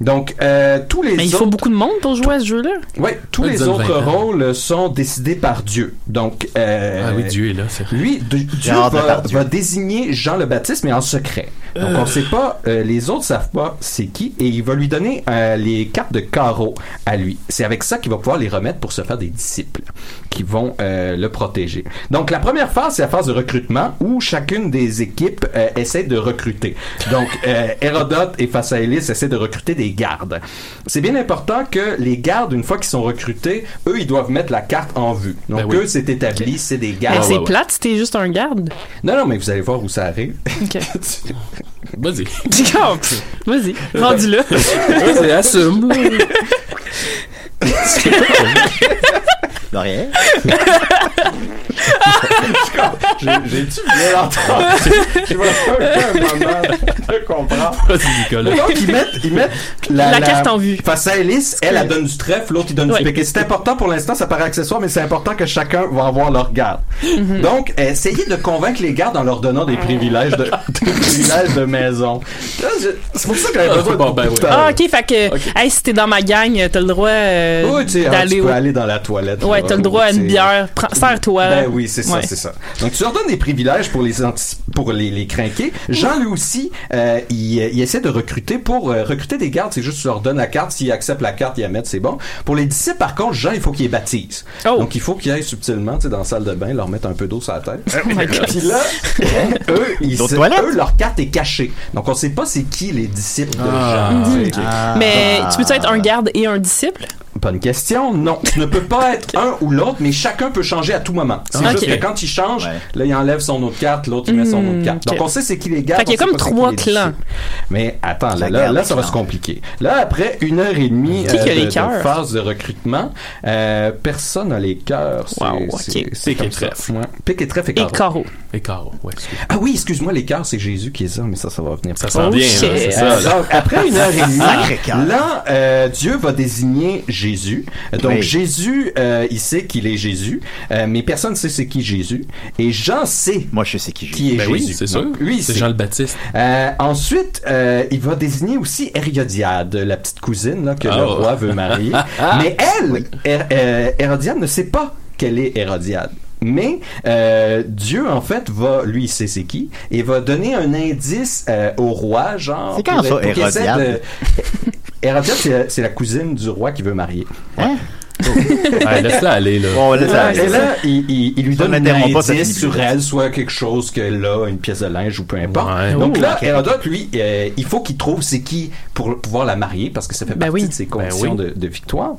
Speaker 8: Donc euh, tous les
Speaker 7: Mais il
Speaker 8: autres...
Speaker 7: faut beaucoup de monde pour jouer à ce jeu-là.
Speaker 8: Ouais, tous
Speaker 5: Ouais,
Speaker 8: les
Speaker 5: disons
Speaker 8: autres
Speaker 5: 20 ans.
Speaker 8: rôles sont décidés par Dieu. Donc euh,
Speaker 5: Ah oui, Dieu est là, c'est vrai.
Speaker 8: lui, de- Dieu
Speaker 4: Gérard
Speaker 8: va,
Speaker 4: Depardieu.
Speaker 8: va désigner Jean le Baptiste, mais en secret. Donc, on sait pas, euh, les autres savent pas c'est qui, et il va lui donner euh, les cartes de carreau à lui. C'est avec ça qu'il va pouvoir les remettre pour se faire des disciples qui vont euh, le protéger. Donc, la première phase, c'est la phase de recrutement où chacune des équipes euh, essaie de recruter. Donc, euh, Hérodote et Phasaélis essaient de recruter des gardes. C'est bien important que les gardes, une fois qu'ils sont recrutés, eux, ils doivent mettre la carte en vue. Donc,
Speaker 5: Ben oui. Ah,
Speaker 8: eux, c'est établi, c'est des gardes.
Speaker 7: Mais c'est
Speaker 5: ouais.
Speaker 7: plate si t'es juste un garde.
Speaker 8: Non, non, mais vous allez voir où ça arrive.
Speaker 7: Ok.
Speaker 5: Vas-y.
Speaker 7: Vas-y, rendu là.
Speaker 5: Vas-y, assume.
Speaker 4: Laurier.
Speaker 8: J'ai- J'ai-tu bien entendu? Je vois un peu un moment de comprendre.
Speaker 5: Vas-y, Nicolas.
Speaker 8: Donc, ils mettent, ils mettent
Speaker 7: La carte en vue.
Speaker 8: Face à Alice, elle, elle donne du trèfle, l'autre, il donne
Speaker 7: Ouais.
Speaker 8: du piquet. C'est important pour l'instant, ça paraît accessoire, mais c'est important que chacun va avoir leur garde.
Speaker 7: Mhm.
Speaker 8: Donc, euh, essayez de convaincre les gardes en leur donnant des privilèges de, des privilèges de maison. Là, je- C'est pour ça que j'avais besoin de
Speaker 5: Bon, ben oui.
Speaker 8: tout à l'heure.
Speaker 7: Ah, ok, fait que, hey, si t'es dans ma gang, t'as le droit euh,
Speaker 8: Oui, tu sais, ah, tu
Speaker 7: d'aller
Speaker 8: peux
Speaker 7: au.
Speaker 8: aller dans la toilette.
Speaker 7: Ouais,
Speaker 8: là,
Speaker 7: t'as le
Speaker 8: ou,
Speaker 7: droit à
Speaker 8: tu
Speaker 7: une
Speaker 8: sais,
Speaker 7: bière. Prends- Sers-toi.
Speaker 8: Ben oui, c'est ça,
Speaker 7: Ouais.
Speaker 8: c'est ça. Donc tu leur donnes des privilèges pour les anti- pour les, les craquer. Jean lui aussi, euh, il, il essaie de recruter pour euh, recruter des gardes. C'est juste tu leur donnes la carte, s'ils acceptent la carte, ils la mettent, c'est bon. Pour les disciples, par contre, Jean, il faut qu'il les baptise.
Speaker 7: Oh.
Speaker 8: Donc il faut qu'il aille subtilement, tu sais, dans la salle de bain, leur mettre un peu d'eau sur la tête.
Speaker 7: Oh my God.
Speaker 8: Puis là, eux, ils
Speaker 4: D'autres
Speaker 8: se-
Speaker 4: toilettes?
Speaker 8: eux, leur carte est cachée. Donc on sait pas c'est qui les disciples de
Speaker 4: Ah.
Speaker 8: Jean. tu sais.
Speaker 4: Euh,
Speaker 7: Mais tu peux être un garde et un disciple?
Speaker 8: Bonne question. Non, tu ne peux pas être un ou l'autre, mais chacun peut changer à tout moment. C'est
Speaker 7: Ah,
Speaker 8: juste
Speaker 7: ok.
Speaker 8: que quand il change,
Speaker 4: Ouais.
Speaker 8: là, il enlève son autre carte, l'autre, il met son
Speaker 7: Hmm,
Speaker 8: autre carte.
Speaker 7: ok.
Speaker 8: Donc, on sait c'est qui les garde.
Speaker 7: Fait qu'il y a
Speaker 8: on
Speaker 7: comme
Speaker 8: sait pas c'est qui
Speaker 7: trois
Speaker 8: les
Speaker 7: clans.
Speaker 8: disciples. Mais attends, là,
Speaker 4: Ça
Speaker 8: là,
Speaker 4: garde
Speaker 8: là,
Speaker 4: les
Speaker 8: ça va
Speaker 4: clans.
Speaker 8: se compliquer. Là, après une heure et demie euh,
Speaker 7: Qui qui a
Speaker 8: de,
Speaker 7: les
Speaker 8: de
Speaker 7: cœurs?
Speaker 8: phase de recrutement, euh, personne n'a les cœurs. C'est-
Speaker 7: Wow, ok.
Speaker 8: c'est- c'est
Speaker 5: Pique et
Speaker 8: comme ça.
Speaker 5: trèfle.
Speaker 8: Ouais. Pique et trèfle et
Speaker 7: Et
Speaker 8: carreau.
Speaker 7: carreau.
Speaker 5: Et Caro, ouais, excuse.
Speaker 8: Ah oui, excuse-moi, les cœurs, c'est Jésus qui est ça, mais ça, ça va venir.
Speaker 5: Ça
Speaker 7: Oh
Speaker 5: sent bien, hein,
Speaker 7: shit.
Speaker 5: c'est ça. là.
Speaker 8: Euh, Donc, après une heure et
Speaker 4: Sacré
Speaker 8: demie,
Speaker 4: cœur.
Speaker 8: là, euh, Dieu va désigner Jésus. Donc,
Speaker 4: Oui.
Speaker 8: Jésus, euh, il sait qu'il est Jésus, euh, mais personne ne sait c'est qui Jésus. Et Jean sait
Speaker 4: Moi, je sais qui Jésus.
Speaker 8: qui est
Speaker 5: Ben
Speaker 8: Jésus.
Speaker 5: oui, c'est sûr.
Speaker 8: Donc, lui, il
Speaker 5: C'est
Speaker 8: sait.
Speaker 5: Jean le Baptiste.
Speaker 8: Euh, ensuite, euh, il va désigner aussi Hérodiade, la petite cousine là, que le
Speaker 5: Oh.
Speaker 8: roi veut marier.
Speaker 5: Ah.
Speaker 8: Mais elle, Her- euh, Hérodiade ne sait pas qu'elle est Hérodiade. Mais euh, Dieu, en fait, va, lui, il sait c'est qui, et va donner un indice euh, au roi, genre...
Speaker 4: C'est quand
Speaker 8: pour-
Speaker 4: ça,
Speaker 8: pour qu'il essaie
Speaker 4: Hérodiade?
Speaker 8: de- Hérodiade, c'est la- c'est la cousine du roi qui veut marier.
Speaker 4: Hein?
Speaker 5: Ouais, Laisse-la aller, là.
Speaker 4: Bon, là, ça-
Speaker 8: Et là, il, il- il lui
Speaker 4: Ça
Speaker 8: donne un
Speaker 4: n'interrompt pas cette
Speaker 8: indice
Speaker 4: idée.
Speaker 8: sur elle, soit quelque chose qu'elle a, une pièce de linge ou peu importe.
Speaker 5: Ouais.
Speaker 8: Donc
Speaker 5: Ouh,
Speaker 8: là,
Speaker 4: ok.
Speaker 8: Hérodote, lui, euh, il faut qu'il trouve c'est qui pour pouvoir la marier parce que ça fait
Speaker 7: Ben
Speaker 8: partie
Speaker 7: oui.
Speaker 8: de ses conditions
Speaker 5: Ben
Speaker 8: de, de victoire.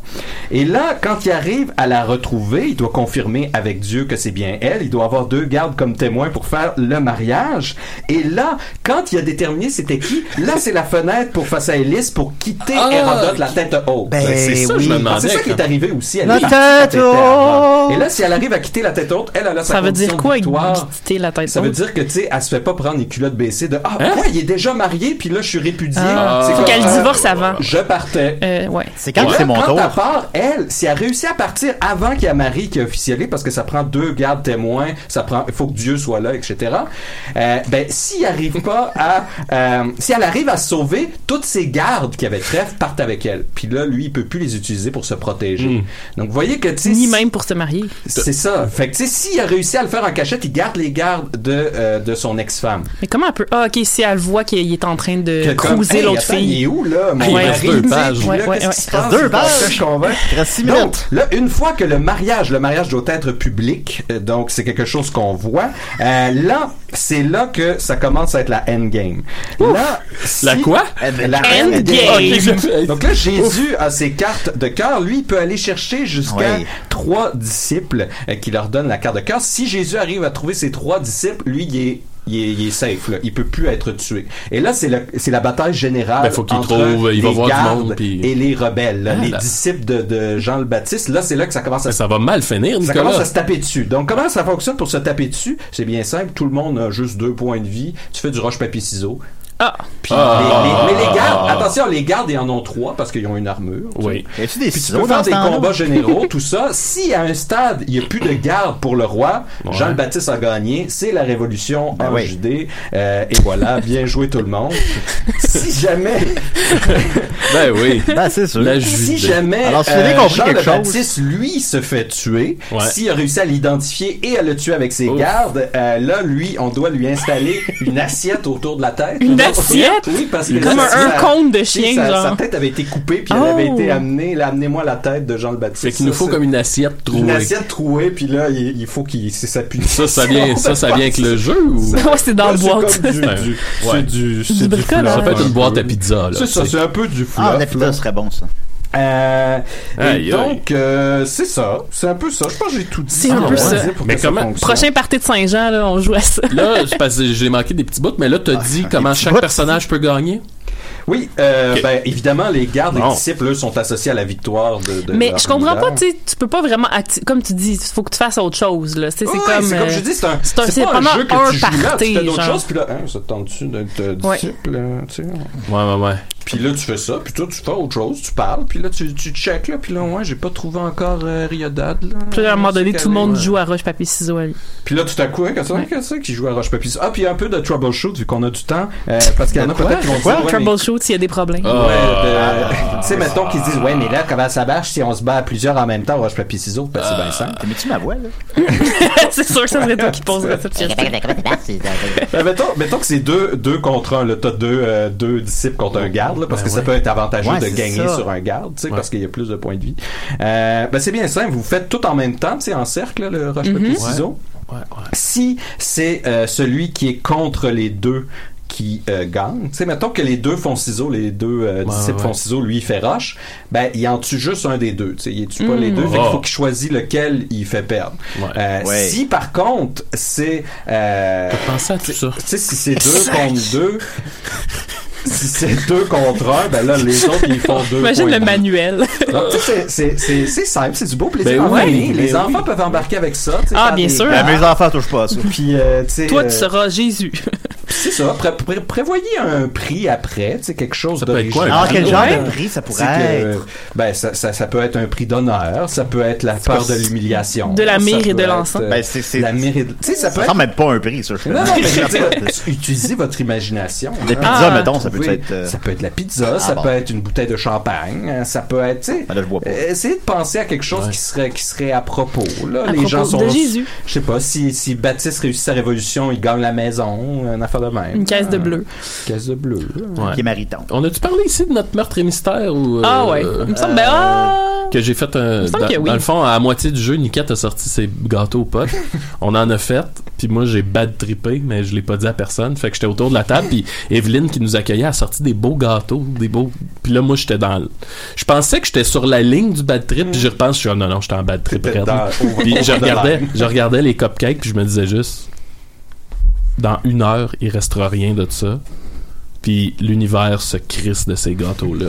Speaker 8: Et là, quand il arrive à la retrouver, il doit confirmer avec Dieu que c'est bien elle. Il doit avoir deux gardes comme témoins pour faire le mariage. Et là, quand il a déterminé c'était qui, là, c'est la fenêtre pour face à Hélice pour quitter
Speaker 5: Ah,
Speaker 8: Hérodote la tête haute.
Speaker 4: Ben
Speaker 5: C'est ça, je
Speaker 4: oui.
Speaker 5: me demandais.
Speaker 8: Ah, c'est ça qui
Speaker 5: quand-
Speaker 8: est arrivé aussi. si elle
Speaker 4: La
Speaker 8: quitte
Speaker 4: tête haute.
Speaker 8: Et là, si elle arrive à quitter la tête haute, elle, elle a sa
Speaker 7: oh! Ça veut
Speaker 8: condition
Speaker 7: dire
Speaker 8: de
Speaker 7: quoi,
Speaker 8: victoire.
Speaker 7: quitter la tête
Speaker 8: Ça veut
Speaker 7: haute?
Speaker 8: dire que, tu sais, elle se fait pas prendre les culottes baissées de Ah,
Speaker 5: Hein?
Speaker 8: ouais, il est déjà marié, puis là, je suis répudié.
Speaker 7: Ah.
Speaker 8: C'est
Speaker 7: Faut
Speaker 8: comme,
Speaker 7: qu'elle
Speaker 8: ah,
Speaker 7: divorce avant.
Speaker 8: Je partais.
Speaker 7: Euh, ouais.
Speaker 4: C'est quand
Speaker 8: Et
Speaker 4: que
Speaker 8: là,
Speaker 4: c'est mon
Speaker 8: quand
Speaker 4: tour.
Speaker 8: elle part, elle, si elle réussit à partir avant qu'il y ait Marie qui a officialisé, parce que ça prend deux gardes témoins, ça prend, il faut que Dieu soit là, etc. Euh, ben, si elle arrive pas à, euh, si elle arrive à se sauver, toutes ces gardes qui avaient trèfle partent avec elle. Puis là, lui, il peut plus les utiliser pour se protéger.
Speaker 5: Hmm.
Speaker 8: Donc, vous voyez que, tu sais,
Speaker 7: Ni
Speaker 8: si-
Speaker 7: même pour se marier.
Speaker 8: c'est ça. Fait que, tu sais, s'il a réussi à le faire en cachette, il garde les gardes de, euh, de son ex-femme.
Speaker 7: Mais comment elle peut. Ah, ok, si elle voit qu'il est en train de
Speaker 8: Que comme,
Speaker 7: Euh, cruiser
Speaker 8: Hey,
Speaker 7: l'autre
Speaker 8: attends, Il
Speaker 7: fille.
Speaker 8: est où, là? Mon
Speaker 5: il
Speaker 8: mari,
Speaker 5: reste deux
Speaker 8: tu sais,
Speaker 5: pages.
Speaker 8: puis là,
Speaker 7: Ouais, ouais,
Speaker 8: qu'est-ce
Speaker 7: ouais.
Speaker 8: qui se
Speaker 4: Il reste
Speaker 8: passe?
Speaker 4: deux
Speaker 8: Il va se
Speaker 4: pages.
Speaker 8: convaincre.
Speaker 4: Il reste six
Speaker 8: Donc,
Speaker 4: minutes.
Speaker 8: là, une fois que le mariage, le mariage doit être public, euh, donc c'est quelque chose qu'on voit. euh, là, c'est là que ça commence à être la endgame. Là, si- Euh,
Speaker 5: La quoi?
Speaker 4: Eh ben,
Speaker 8: La
Speaker 4: reine
Speaker 7: endgame.
Speaker 4: était-
Speaker 5: Ok, je-
Speaker 8: donc là, Jésus a ses cartes de cœur. Lui, il peut aller chercher jusqu'à
Speaker 4: Oui.
Speaker 8: trois disciples euh, qui leur donnent la carte de cœur. Si Jésus arrive à trouver ses trois disciples, lui, il est il est, il est safe, là. il peut plus être tué. Et là, c'est le- c'est la bataille générale
Speaker 5: Ben, faut qu'il
Speaker 8: entre
Speaker 5: trouve, il va
Speaker 8: les
Speaker 5: voir du
Speaker 8: gardes
Speaker 5: monde, puis-
Speaker 8: et les rebelles, là,
Speaker 5: Ah,
Speaker 8: les
Speaker 5: là. Ben,
Speaker 8: disciples de, de Jean le Baptiste. Là, c'est là que ça commence à
Speaker 5: Ça va mal finir,
Speaker 8: ça commence
Speaker 5: Nicolas.
Speaker 8: à se taper dessus. Donc, comment ça fonctionne pour se taper dessus? C'est bien simple. Tout le monde a juste deux points de vie. Tu fais du roche-papier-ciseaux.
Speaker 7: Ah,
Speaker 8: Puis
Speaker 5: Ah.
Speaker 8: les- les- mais les gardes, attention, les gardes, ils en ont trois parce qu'ils ont une armure. tu
Speaker 5: Oui.
Speaker 4: Y a-tu des
Speaker 8: puis tu
Speaker 4: ciseaux dans
Speaker 8: peux faire
Speaker 4: ce
Speaker 8: des
Speaker 4: temps-là?
Speaker 8: combats généraux, tout ça. Si à un stade, il n'y a plus de garde pour le roi,
Speaker 5: Ouais.
Speaker 8: Jean le Baptiste a gagné, c'est la révolution
Speaker 4: Ben
Speaker 8: en
Speaker 4: oui.
Speaker 8: Judée. Euh, et voilà, bien joué tout le monde. si jamais,
Speaker 5: Ben oui.
Speaker 4: Ben, c'est sûr.
Speaker 5: La Judée.
Speaker 8: si jamais, euh,
Speaker 4: Alors, si vous avez compris
Speaker 8: Jean
Speaker 4: quelque
Speaker 8: le
Speaker 4: chose-
Speaker 8: Baptiste, lui, se fait tuer,
Speaker 5: Ouais.
Speaker 8: s'il a réussi à l'identifier et à le tuer avec ses
Speaker 5: Ouf.
Speaker 8: gardes, euh, là, lui, on doit lui installer une assiette autour de la tête.
Speaker 7: Une
Speaker 8: Oui,
Speaker 7: assiette?
Speaker 8: Oui, parce que
Speaker 7: Comme
Speaker 8: ça,
Speaker 7: un- un
Speaker 8: ça-
Speaker 7: conte de
Speaker 8: tu sais,
Speaker 7: chien,
Speaker 8: sa,
Speaker 7: genre.
Speaker 8: sa tête avait été coupée, puis
Speaker 7: Oh.
Speaker 8: elle avait été amenée, là, amenez-moi la tête de Jean le Baptiste.
Speaker 5: Fait qu'il nous
Speaker 8: Ça,
Speaker 5: faut
Speaker 8: c'est-
Speaker 5: comme une assiette
Speaker 8: une
Speaker 5: trouée.
Speaker 8: assiette trouée, puis là, il, il faut qu'il. C'est sa punition.
Speaker 5: Ça, ça vient, ça, ça vient avec le jeu ou?
Speaker 7: ouais, c'est dans
Speaker 8: Là,
Speaker 7: le
Speaker 8: c'est
Speaker 7: boîte.
Speaker 8: comme du-
Speaker 5: Ouais.
Speaker 8: du-
Speaker 5: Ouais.
Speaker 8: C'est du.
Speaker 7: Du
Speaker 8: C'est du.
Speaker 7: bricolage.
Speaker 5: Ça
Speaker 8: flop,
Speaker 5: peut être
Speaker 8: un
Speaker 5: une boîte
Speaker 8: peu.
Speaker 5: à pizza, là.
Speaker 8: C'est ça,
Speaker 5: tu sais.
Speaker 8: c'est un peu du
Speaker 4: Ah,
Speaker 8: flop.
Speaker 4: la pita
Speaker 8: là.
Speaker 4: serait bon, ça.
Speaker 8: Euh, et
Speaker 5: Aïe, aïe.
Speaker 8: donc, euh, c'est ça. C'est un peu ça. Je pense que j'ai tout dit.
Speaker 7: C'est un
Speaker 8: Ah,
Speaker 7: peu
Speaker 8: ouais.
Speaker 7: ça.
Speaker 8: Dire pour
Speaker 5: Mais
Speaker 8: que ça
Speaker 5: comment-
Speaker 8: fonctionne.
Speaker 7: Prochain party de Saint-Jean, là, on joue à ça.
Speaker 5: Là, c'est parce que j'ai manqué des petits bouts, mais là, t'as dit comment chaque
Speaker 4: bouts.
Speaker 5: personnage peut gagner.
Speaker 8: Oui, euh,
Speaker 5: Ok.
Speaker 8: ben, évidemment, les gardes et
Speaker 5: Bon.
Speaker 8: les disciples, eux, sont associés à la victoire de. de
Speaker 7: Mais
Speaker 8: leur
Speaker 7: je comprends pas,
Speaker 8: leader.
Speaker 7: tu sais, tu peux pas vraiment acti- comme tu dis, faut que tu fasses autre chose là, Tu sais, c'est
Speaker 8: Ouais,
Speaker 7: comme
Speaker 8: C'est comme je
Speaker 7: euh,
Speaker 8: dis, c'est un.
Speaker 7: c'est un- c'est
Speaker 8: C'est pas
Speaker 7: vraiment
Speaker 8: un jeu que
Speaker 7: un
Speaker 8: tu joues là, tu
Speaker 7: party,
Speaker 8: fais d'autres
Speaker 7: genre.
Speaker 8: choses, puis là, hein, ça te tente-tu d'être
Speaker 7: Ouais.
Speaker 8: disciple, hein, tu sais?
Speaker 5: Ouais, ouais, ouais.
Speaker 8: Puis là, tu fais ça, puis toi, tu fais autre chose, tu parles, puis là, tu, tu check, là, puis là, ouais, j'ai pas trouvé encore euh, Riodad, là.
Speaker 7: puis à un moment donné,
Speaker 8: C'est
Speaker 7: tout le monde
Speaker 8: calé, ouais.
Speaker 7: joue à roche papier ciseaux. à lui.
Speaker 8: Puis là, tout à coup, hein, qu'est-ce que c'est qu'est-ce que c'est qui joue à Roche Papier Ah, puis un peu de troubleshoot, vu qu'on a du temps, euh, parce qu'il y en a peut-être qui vont dire, ouais, mais-
Speaker 7: Troubleshoot s'il y a des problèmes.
Speaker 8: Ouais,
Speaker 5: Ah.
Speaker 8: de- tu sais, mettons qu'ils se disent, ouais, mais là, comment ça marche si on se bat à plusieurs en même temps, roche, papier, ciseaux? Ben, c'est bien simple.
Speaker 4: Mais tu ma voix, là?
Speaker 7: c'est sûr que ça serait toi qui poserais cette question.
Speaker 8: Ben, mettons, mettons que c'est deux, deux contre un, là. T'as deux, euh, deux disciples contre un garde, là, parce
Speaker 5: Ben
Speaker 8: que
Speaker 5: ouais.
Speaker 8: ça peut être avantageux
Speaker 4: Ouais,
Speaker 8: de
Speaker 4: c'est
Speaker 8: gagner
Speaker 4: ça.
Speaker 8: sur un garde, tu sais,
Speaker 5: Ouais.
Speaker 8: parce qu'il y a plus de points de vie. Euh, ben, c'est bien simple. Vous faites tout en même temps, tu sais, en cercle, là, le roche, papier, ciseaux.
Speaker 5: Ouais, ouais.
Speaker 8: Si c'est euh, celui qui est contre les deux qui euh, gagne, tu sais, mettons que les deux font ciseaux, les deux euh, disciples
Speaker 5: ouais.
Speaker 8: font ciseaux, lui il fait roche, ben il en tue juste un des deux, tu sais, il tue pas les deux, fait qu'il
Speaker 5: Oh.
Speaker 8: faut qu'il choisisse lequel il fait perdre.
Speaker 5: Ouais.
Speaker 8: Euh,
Speaker 4: Ouais.
Speaker 8: Si par contre c'est euh,
Speaker 5: Pensez à tout ça.
Speaker 8: tu sais, si c'est deux contre deux, si c'est deux contre un, ben là, les autres, ils font deux
Speaker 7: Imagine
Speaker 8: points
Speaker 7: le
Speaker 8: de vie.
Speaker 7: manuel.
Speaker 8: Donc, tu sais, c'est- c'est- C'est c'est simple, c'est du beau plaisir.
Speaker 5: Ben
Speaker 8: en
Speaker 5: oui,
Speaker 8: famille.
Speaker 5: ben
Speaker 8: les
Speaker 5: oui.
Speaker 8: enfants peuvent embarquer avec ça. tu sais,
Speaker 7: Ah,
Speaker 8: faire
Speaker 7: bien
Speaker 8: des
Speaker 7: sûr.
Speaker 8: games.
Speaker 4: Ben, Mes enfants touchent pas à ça.
Speaker 8: Puis, euh, tu sais,
Speaker 7: Toi,
Speaker 8: euh,
Speaker 7: tu seras Jésus.
Speaker 8: c'est ça. pré- pré- prévoyez un prix après, tu sais, quelque chose
Speaker 5: Ça peut être quoi, un
Speaker 8: d'original.
Speaker 4: Alors, Ah, quel
Speaker 5: Ouais. euh,
Speaker 4: genre de prix ça
Speaker 8: C'est que,
Speaker 4: pourrait être?
Speaker 8: ben, ça, ça, ça peut être un prix d'honneur, ça peut être la peur de l'humiliation.
Speaker 7: De la
Speaker 8: ça
Speaker 7: mire et
Speaker 8: peut
Speaker 7: de
Speaker 8: être,
Speaker 7: l'encens.
Speaker 8: euh,
Speaker 4: Ben, c'est- c'est-
Speaker 8: La mire et de- Tu sais, ça peut
Speaker 4: Ça
Speaker 8: être.
Speaker 4: semble même pas un prix, ça. je
Speaker 8: Non, non, mais je veux dire,
Speaker 4: fais.
Speaker 8: utilisez votre imagination.
Speaker 4: Des
Speaker 8: hein.
Speaker 4: pizzas,
Speaker 7: Ah,
Speaker 4: mettons, ça peut
Speaker 8: Trouver-
Speaker 4: être. euh,
Speaker 8: ça peut être la pizza, ça
Speaker 4: bon.
Speaker 8: peut être une bouteille de champagne, hein, ça peut être, tu sais.
Speaker 4: Ah, là, je vois pas.
Speaker 8: euh, Essayez de penser à quelque chose
Speaker 5: Ouais.
Speaker 8: qui serait qui serait à propos. Là,
Speaker 7: À
Speaker 8: les
Speaker 7: propos
Speaker 8: gens sont
Speaker 7: de Jésus.
Speaker 8: Je sais pas si si Baptiste réussit sa révolution, il gagne la maison, une affaire de même.
Speaker 7: Une caisse de bleu.
Speaker 8: Une caisse de bleu. hein.
Speaker 5: Ouais.
Speaker 4: Qui est mariton.
Speaker 5: On a-tu parlé ici de notre meurtre et mystère ou. euh,
Speaker 7: Ah ouais. Il me semble ben ah.
Speaker 5: Que j'ai fait un.
Speaker 7: semble
Speaker 5: Dans,
Speaker 7: que oui.
Speaker 5: dans le fond, à la moitié du jeu, Niket a sorti ses gâteaux aux potes. On en a fait. Puis moi, j'ai bad trippé, mais je l'ai pas dit à personne. Fait que j'étais autour de la table. Puis Evelyne, qui nous accueillait, a sorti des beaux gâteaux. des beaux. Puis là, moi, j'étais dans. le- Je pensais que j'étais sur la ligne du bad trip. Puis j'y repense, je suis. ah, non, non, j'étais en bad trip.
Speaker 8: T'étais
Speaker 5: raide.
Speaker 8: dans- au-
Speaker 5: Puis
Speaker 8: au-
Speaker 5: je
Speaker 8: au-
Speaker 5: regardais, je regardais les cupcakes. Puis je me disais juste. Dans une heure, il restera rien de ça. puis l'univers se crisse de ces gâteaux-là.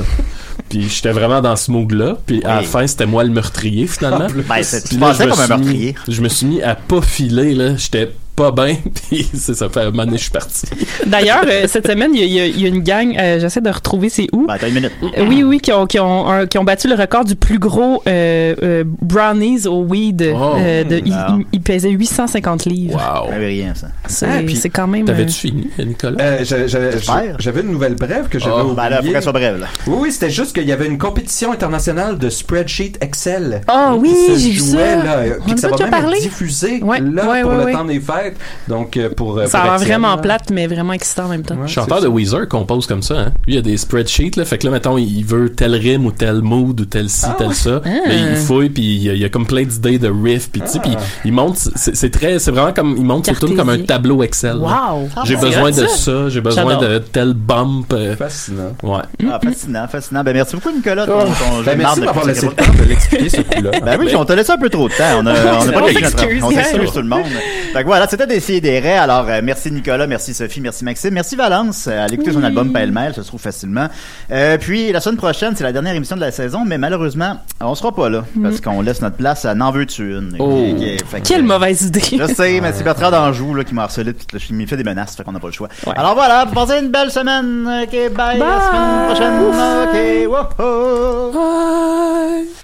Speaker 5: puis j'étais vraiment dans ce mood-là, puis à la
Speaker 4: Oui.
Speaker 5: fin, c'était moi le meurtrier, finalement.
Speaker 4: En plus. Ben, c'est-
Speaker 5: Puis
Speaker 4: tu
Speaker 5: là,
Speaker 4: pensais
Speaker 5: je me
Speaker 4: comme un
Speaker 5: suis mis-
Speaker 4: meurtrier.
Speaker 5: Je me suis mis à pas filer, là. J'étais pas bien, puis c'est ça, fait un moment donné, je suis parti.
Speaker 7: D'ailleurs, euh, cette semaine, il y a- il y, a- il y a une gang, euh, j'essaie de retrouver c'est où.
Speaker 4: Ben, attends une minute.
Speaker 7: Euh, Oui, oui, qui ont, qui, ont, un- qui ont battu le record du plus gros euh, euh, brownies au weed.
Speaker 5: Oh.
Speaker 7: euh, de, il,
Speaker 4: Wow.
Speaker 7: il- il pesait 850 livres.
Speaker 5: Wow!
Speaker 4: Ça veut rien, ça.
Speaker 7: C'est
Speaker 8: Ah, puis
Speaker 7: c'est quand même... euh,
Speaker 5: T'avais-tu fini, Nicolas?
Speaker 8: Euh, j'avais- j'avais-
Speaker 4: J'espère.
Speaker 8: J'avais une nouvelle brève que j'avais
Speaker 4: Ben là, faut
Speaker 8: oubliée.
Speaker 4: qu'elle soit brève, là.
Speaker 8: Oui, oui, c'était juste qu'il y avait une compétition internationale de spreadsheet Excel.
Speaker 7: Ah oui,
Speaker 8: qui se
Speaker 7: j'ai vu
Speaker 8: jouait,
Speaker 7: ça.
Speaker 8: là, euh,
Speaker 7: On
Speaker 8: puis
Speaker 7: a
Speaker 8: que ça
Speaker 7: pas
Speaker 8: va
Speaker 7: déjà
Speaker 8: même
Speaker 7: parlé.
Speaker 8: être diffusé
Speaker 7: Ouais,
Speaker 8: là
Speaker 7: ouais,
Speaker 8: pour
Speaker 7: ouais,
Speaker 8: le
Speaker 7: ouais.
Speaker 8: temps des fêtes. Donc euh, pour euh,
Speaker 7: Ça a
Speaker 8: pour
Speaker 7: l'air
Speaker 8: Excel,
Speaker 7: vraiment
Speaker 8: là.
Speaker 7: plate, mais vraiment excitant en même temps.
Speaker 8: Ouais,
Speaker 5: Chanteur
Speaker 8: c'est
Speaker 5: de Weezer compose comme ça, hein. Lui, il a des spreadsheets, là. Fait que là, mettons, il veut tel rime ou tel mood ou tel ci,
Speaker 8: Ah
Speaker 5: tel
Speaker 8: ouais.
Speaker 5: ça. Là, il fouille, puis il y a- il y a comme plein d'idées de riff, puis tu sais, puis il monte, c'est c'est très, c'est vraiment comme, il monte surtout comme un
Speaker 7: Cartésien.
Speaker 5: tableau Excel. là.
Speaker 7: Wow!
Speaker 5: J'ai besoin de ça, j'ai besoin
Speaker 7: J'adore.
Speaker 5: de tel bump. euh,
Speaker 8: Fascinant.
Speaker 5: ouais.
Speaker 4: Ah, fascinant, fascinant. Ben, merci beaucoup, Nicolas. Ton, ton jeu de marde
Speaker 8: Ben, merci
Speaker 4: de
Speaker 8: d'avoir laissé le
Speaker 4: Christophe.
Speaker 8: temps de l'expliquer ce coup-là.
Speaker 4: Ben oui, on t'a laissé un peu trop de temps. On a, on a pas
Speaker 7: On
Speaker 4: fini notre-
Speaker 7: s'excuse, hein.
Speaker 4: On
Speaker 7: Gaël.
Speaker 4: s'excuse tout le monde. Fait que voilà, c'était des filles et des raies. Alors, euh, merci Nicolas, merci Sophie, merci Maxime, merci Valence. Euh, Allez écouter son album Pêle-mêle, ça se trouve facilement. Euh, puis, la semaine prochaine, c'est la dernière émission de la saison, mais malheureusement, on sera pas là
Speaker 7: Mm-hmm.
Speaker 4: parce qu'on laisse notre place à N'en veux-tu une.
Speaker 5: Oh.
Speaker 4: Et- et- fait que-
Speaker 7: Quelle mauvaise idée!
Speaker 4: Je sais, mais c'est Bertrand d'Anjou là, qui m'a harcelé, puis qui me fait des menaces, fait qu'on n'a pas le choix.
Speaker 7: Ouais.
Speaker 4: Alors voilà, passez une belle semaine. OK, bye, à la semaine prochaine. OK, wow.